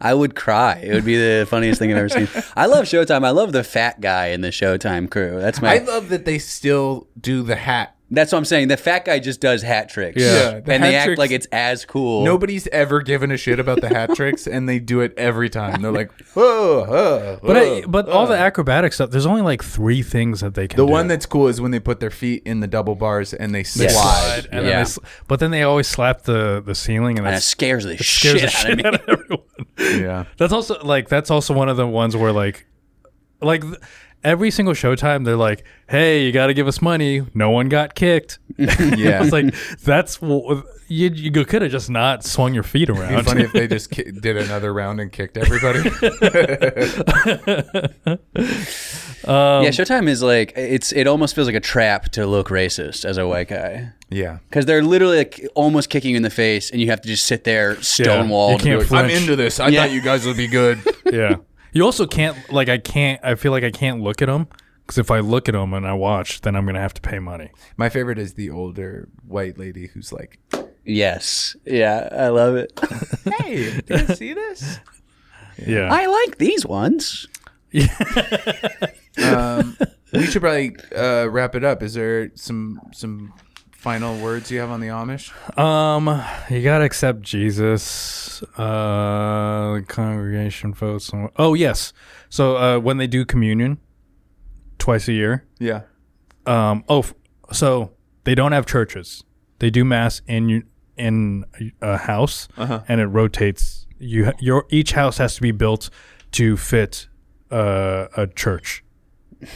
S1: I would cry. It would be the funniest thing I've ever seen. I love Showtime. I love the fat guy in the Showtime crew. That's my.
S3: I love that they still do the hat.
S1: that's what I'm saying. The fat guy just does hat tricks.
S3: Yeah. Yeah,
S1: and
S3: the
S1: they
S3: hat
S1: act
S3: tricks-
S1: like it's as cool.
S3: Nobody's ever given a shit about the hat tricks, and they do it every time. They're like, whoa, whoa,
S2: but
S3: whoa."
S2: I, but all the acrobatic stuff. There's only like three things that they can.
S3: oh. the
S2: do.
S3: one that's cool is when they put their feet in the double bars and they slide.
S1: Yes.
S2: slide, and then
S1: Yeah.
S2: they sl- but then they always slap the the ceiling, and
S1: and it
S2: that's
S1: scares the shit,
S2: scares the
S1: out of
S2: shit
S1: me.
S2: out of everyone.
S3: Yeah.
S2: That's also like that's also one of the ones where like like th- every single showtime they're like, "Hey, you got to give us money. No one got kicked."
S3: Yeah.
S2: it's like that's w- you you could have just not swung your feet
S3: It'd be
S2: around.
S3: funny if they just ki- did another round and kicked everybody.
S1: yeah, Showtime is like it's. It almost feels like a trap to look racist as a white guy.
S3: yeah.
S1: Because they're literally like almost kicking you in the face, and you have to just sit there stonewalled.
S2: you can't
S1: and be like,
S3: I'm
S2: Flinch.
S3: into this. I
S1: Yeah.
S3: thought you guys would be good.
S2: yeah. You also can't like I can't I feel like I can't look at them cuz if I look at them and I watch, then I'm going to have to pay money.
S3: My favorite is the older white lady who's like,
S1: yes, yeah, I love it.
S3: "Hey, do you see this?"
S2: Yeah.
S1: I like these ones.
S3: Um, we should probably uh, wrap it up. Is there some some final words you have on the Amish?
S2: Um, you gotta accept Jesus. Uh, the congregation votes. On, oh yes. So uh, when they do communion, twice a year.
S3: Yeah.
S2: Um. Oh, f- so they don't have churches. They do mass in you- in a house, and it rotates. You ha- your each house has to be built to fit uh, a church.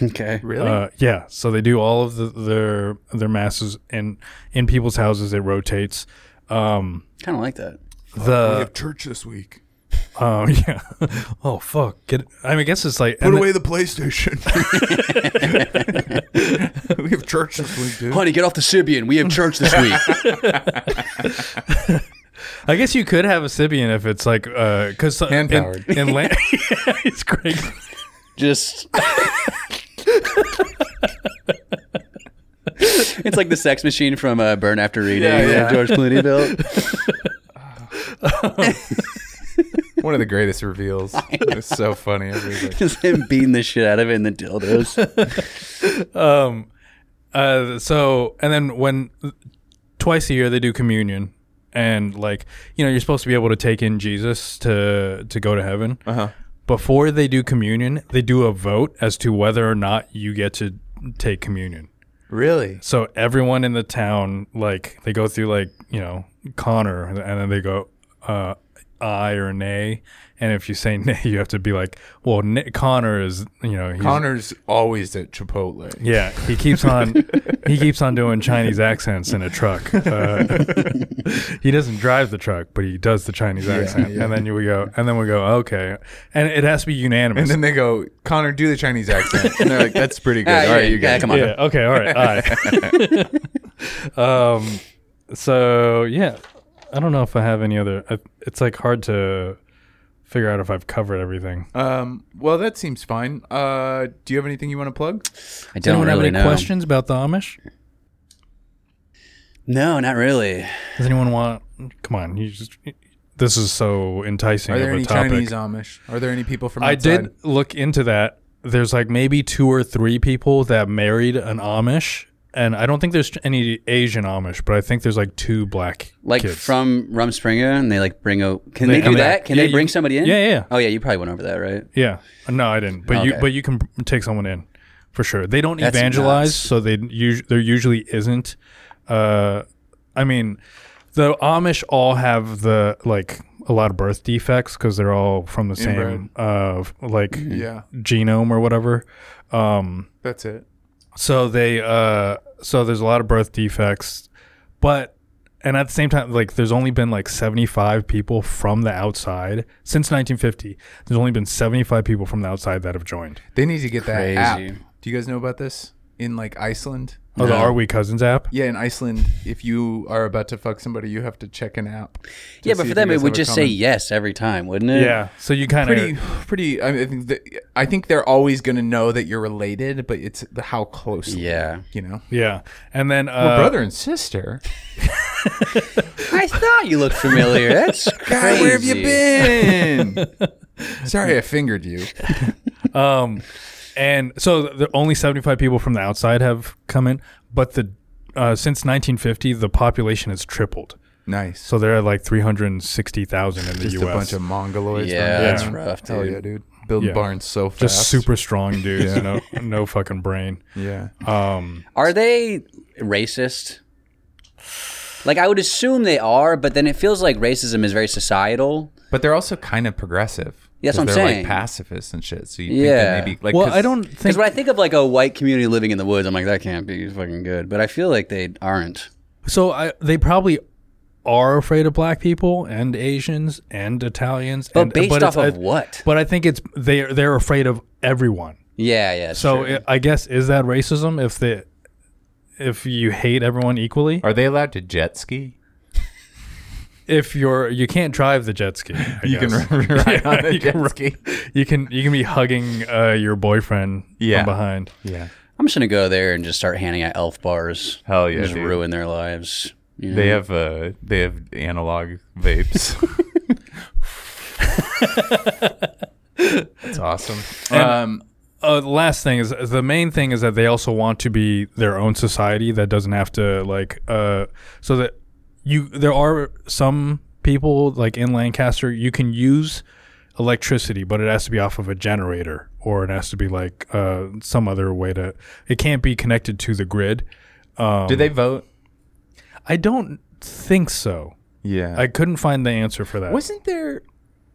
S1: Okay,
S3: Really?
S2: Uh, yeah. So they do all of the, their their masses in in people's houses. It rotates. Um
S1: kind of like that.
S3: Uh,
S2: the
S3: church this week.
S2: oh yeah oh fuck get I mean I guess it's like and
S3: the PlayStation. we have church this week, dude.
S1: Honey, get off the Sibian. We have church this week.
S2: then- I guess you could have a Sibian if it's like because uh,
S3: Hand-powered.
S2: in, in la- yeah, it's great
S1: just it's like the sex machine from uh, Burn After Reading
S3: Yeah, yeah.
S1: that George Clooney built.
S3: One of the greatest reveals. It's so funny. Everybody's like,
S1: just him beating the shit out of it in the dildos.
S2: um uh so and then when twice a year they do communion and like you know you're supposed to be able to take in Jesus to to go to heaven
S3: uh-huh.
S2: before they do communion they do a vote as to whether or not you get to take communion
S3: Really?
S2: So everyone in the town, like they go through like you know Connor, and then they go uh, I or nay, and if you say nay, you have to be like, well, Ni- Connor is you know he's,
S3: Connor's always at Chipotle.
S2: Yeah, he keeps on he keeps on doing Chinese accents in a truck. Uh, he doesn't drive the truck, but he does the Chinese accent,
S3: yeah.
S2: and then you we go, and then we go, okay, and it has to be unanimous.
S3: And then they go, Connor, do the Chinese accent. And they're like, that's pretty good.
S1: Ah,
S3: All right,
S1: yeah,
S3: you
S1: yeah,
S3: guys.
S1: come on.
S2: Yeah. Okay. All right. All right. um. So yeah, I don't know if I have any other. I, it's like hard to figure out if I've covered everything.
S3: Um, well, that seems fine. Uh, do you have anything you want to plug?
S1: I don't
S2: anyone
S1: really
S2: have any
S1: know.
S2: questions about the Amish?
S1: No, not really.
S2: Does anyone want? Come on. You just. This is so enticing
S3: Are there
S2: of
S3: any
S2: a topic.
S3: Chinese Amish? Are there any people from
S2: I
S3: outside?
S2: did look into that. There's like maybe two or three people that married an Amish, and I don't think there's any Asian Amish, but I think there's like two black
S1: Like
S2: kids.
S1: from Rumspringa, and they like bring a. Can
S2: They
S1: they, do
S2: come
S1: that?
S2: back.
S1: Can
S2: Yeah,
S1: they
S2: you-
S1: bring somebody in?
S2: Yeah, yeah, yeah.
S1: Oh yeah, you probably went over that, right?
S2: Yeah. No, I didn't. But you
S1: Okay.
S2: but you can take someone in for sure. They don't
S1: That's
S2: evangelize,
S1: nuts.
S2: so they us- there usually isn't. Uh, I mean, the Amish all have the like a lot of birth defects because they're all from the same uh like
S1: Mm-hmm.
S3: Yeah,
S2: genome or whatever. Um,
S3: that's it.
S2: so they uh so there's a lot of birth defects, but and at the same time like there's only been like 75 people from the outside since 1950. There's only been 75 people from the outside that have joined.
S3: They need to get that app.
S1: Crazy.
S3: Do you guys know about this in like Iceland?
S2: Oh, the Are We Cousins app?
S3: Yeah, in Iceland, if you are about to fuck somebody, you have to check an app. to
S1: yeah, but for
S3: see if
S1: them
S3: you
S1: it
S3: guys
S1: would
S3: have a
S1: just say
S3: common-
S1: yes every time, wouldn't it?
S2: Yeah. So you kind
S3: pretty,
S2: of.
S3: pretty. I, mean, the, I think they're always going to know that you're related, but it's the how close.
S1: Yeah.
S3: you know,
S2: Yeah. And then. Uh,
S3: We're brother and sister.
S1: I thought you looked familiar. That's
S3: God,
S1: crazy.
S3: where have you been? Sorry, I fingered you.
S2: Um, and so the only 75 people from the outside have come in, but the uh, since 1950 the population has tripled.
S3: Nice.
S2: So they're at like 360,000 in the
S3: just
S2: U.S.
S3: a bunch of mongoloids.
S1: Yeah,
S3: running
S2: that's
S3: around.
S1: rough,
S3: Hell
S1: dude.
S3: yeah, dude. Building
S2: Yeah.
S3: barns so fast.
S2: just super strong dudes, no no fucking brain.
S3: Yeah.
S2: Um,
S1: Are they racist? Like I would assume they are, but then it feels like racism is very societal.
S3: But they're also kind of progressive.
S1: That's what
S3: 'Cause
S1: I'm
S3: they're
S1: saying.
S3: like pacifists and shit. So you
S1: Yeah.
S3: think they maybe like
S2: well,
S3: 'cause-
S2: I don't
S1: Because
S2: think
S1: when I think of like a white community living in the woods, I'm like, that can't be fucking good. But I feel like they aren't.
S2: so. I, they probably are afraid of black people and Asians and Italians.
S1: uh, But
S2: and,
S1: based
S2: it's-
S1: off of
S2: I-
S1: what?
S2: But I think it's they they're afraid of everyone.
S1: Yeah, yeah.
S2: So
S1: true.
S2: i I guess is that racism if the if you hate everyone equally?
S3: Are they allowed to jet ski?
S2: if you're you can't drive the jet ski, I
S3: You can
S2: guess.
S3: ride on the
S2: you can
S3: jet
S2: ri-
S3: ski.
S2: you can you can be hugging uh, your boyfriend
S3: Yeah.
S2: from behind.
S3: Yeah.
S1: I'm just gonna go there and just start handing out elf bars.
S3: Hell yeah,
S1: Just
S3: dude.
S1: ruin their lives. you know?
S3: They have uh they have analog vapes. That's awesome. um
S2: Uh, the last thing is the main thing is that they also want to be their own society that doesn't have to like uh so that you there are some people like in Lancaster you can use electricity but it has to be off of a generator or it has to be like uh some other way to it can't be connected to the grid. Um,
S3: do they vote?
S2: I don't think so.
S3: Yeah.
S2: I couldn't find the answer for that.
S3: wasn't there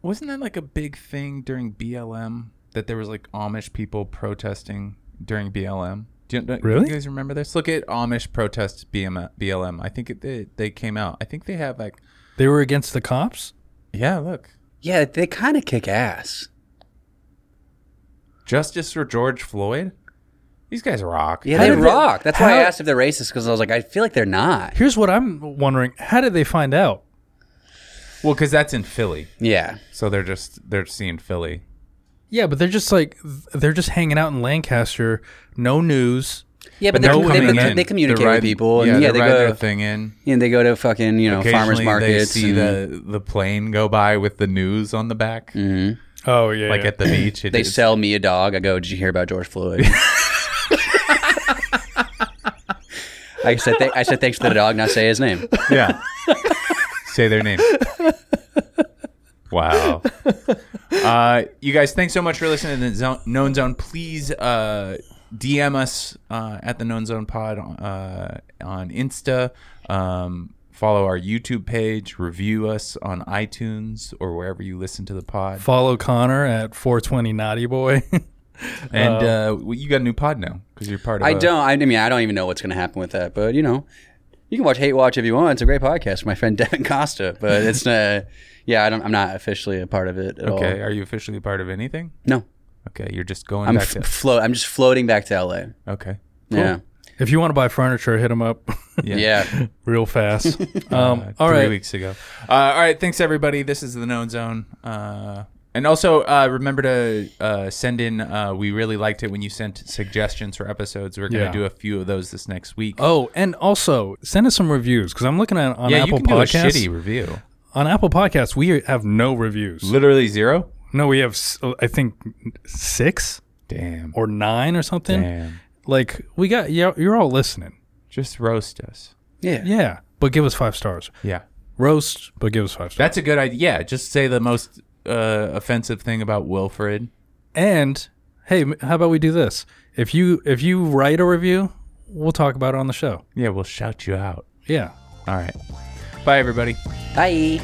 S3: wasn't that like a big thing during BLM that there was like Amish people protesting during BLM? Do you, do
S2: Really?
S3: you guys remember this? Look at Amish protests BM, BLM. I think it, they they came out. I think they have like
S2: They were against the cops?
S3: yeah, look.
S1: yeah, they kind of kick ass.
S3: Justice for George Floyd? These guys rock.
S1: Yeah,
S2: How
S1: they
S2: did they-
S1: rock. That's why I
S2: how-
S1: asked if they're racist because I was like, I feel like they're not.
S2: Here's what I'm wondering. How did they find out?
S3: Well, cuz that's in Philly.
S1: Yeah,
S3: So they're just they're seeing Philly.
S2: Yeah, but they're just like they're just hanging out in Lancaster, no news.
S1: yeah, but
S3: They're
S1: they're, they,
S3: coming
S1: they,
S3: in.
S1: they communicate
S3: They're
S1: with
S3: riding-
S1: people, and
S3: Yeah,
S1: yeah,
S3: they,
S1: they
S3: ride their
S1: go
S3: thing in.
S1: and they go to fucking you know farmers
S3: Occasionally They
S1: markets.
S3: see
S1: and
S3: the the plane go by with the news on the back,
S2: Oh yeah.
S3: like at the beach. It
S1: Mm. they
S3: is-
S1: sell me a dog. I go, did you hear about George Floyd? I said, th- I said thanks for the dog, not say his name.
S3: yeah. Say their name. Wow. Uh, you guys, thanks so much for listening to the Zone, Known Zone. Please uh, DM us uh, at the Known Zone Pod uh, on Insta. Um, follow our YouTube page. Review us on iTunes or wherever you listen to the pod.
S2: Follow Connor at 420 Naughty Boy.
S3: And uh, well, you got a new pod now because you're part of.
S1: I
S3: a-
S1: don't. I mean, I don't even know what's going to happen with that. But you know, you can watch Hate Watch if you want. It's a great podcast, my friend Devin Costa. But it's uh, yeah, I don't, I'm not officially a part of it at all.
S3: Okay, are you officially a part of anything?
S1: No,
S3: Okay, you're just going
S1: I'm
S3: back
S1: f-
S3: to.
S1: float. I'm just floating back to LA.
S3: Okay.
S1: Yeah,
S2: if you want to buy furniture, hit him up
S1: yeah.
S2: real fast.
S3: uh,
S2: Um, all
S3: three
S2: right.
S3: weeks ago. Uh, all right, thanks everybody. This is the Known Zone, uh, and also uh, remember to uh, send in. Uh, we really liked it when you sent suggestions for episodes. We're gonna
S2: Yeah.
S3: do a few of those this next week.
S2: Oh, and also send us some reviews because I'm looking at on
S3: yeah,
S2: Apple
S3: you can
S2: Podcasts.
S3: do a shitty review.
S2: On Apple Podcasts, we have no reviews.
S3: Literally zero.
S2: No, we have s- I think six
S3: Damn.
S2: or nine or something.
S3: Damn.
S2: Like we got you're, you're all listening.
S3: Just roast us.
S1: yeah,
S2: Yeah, but give us five stars.
S3: Yeah.
S2: Roast, but give us five stars.
S3: That's a good idea. Yeah, just say the most uh, offensive thing about Wilfred.
S2: and hey, m- how about we do this? If you if you write a review, we'll talk about it on the show.
S3: Yeah, we'll shout you out.
S2: Yeah.
S3: All right. Bye, everybody.
S1: Bye.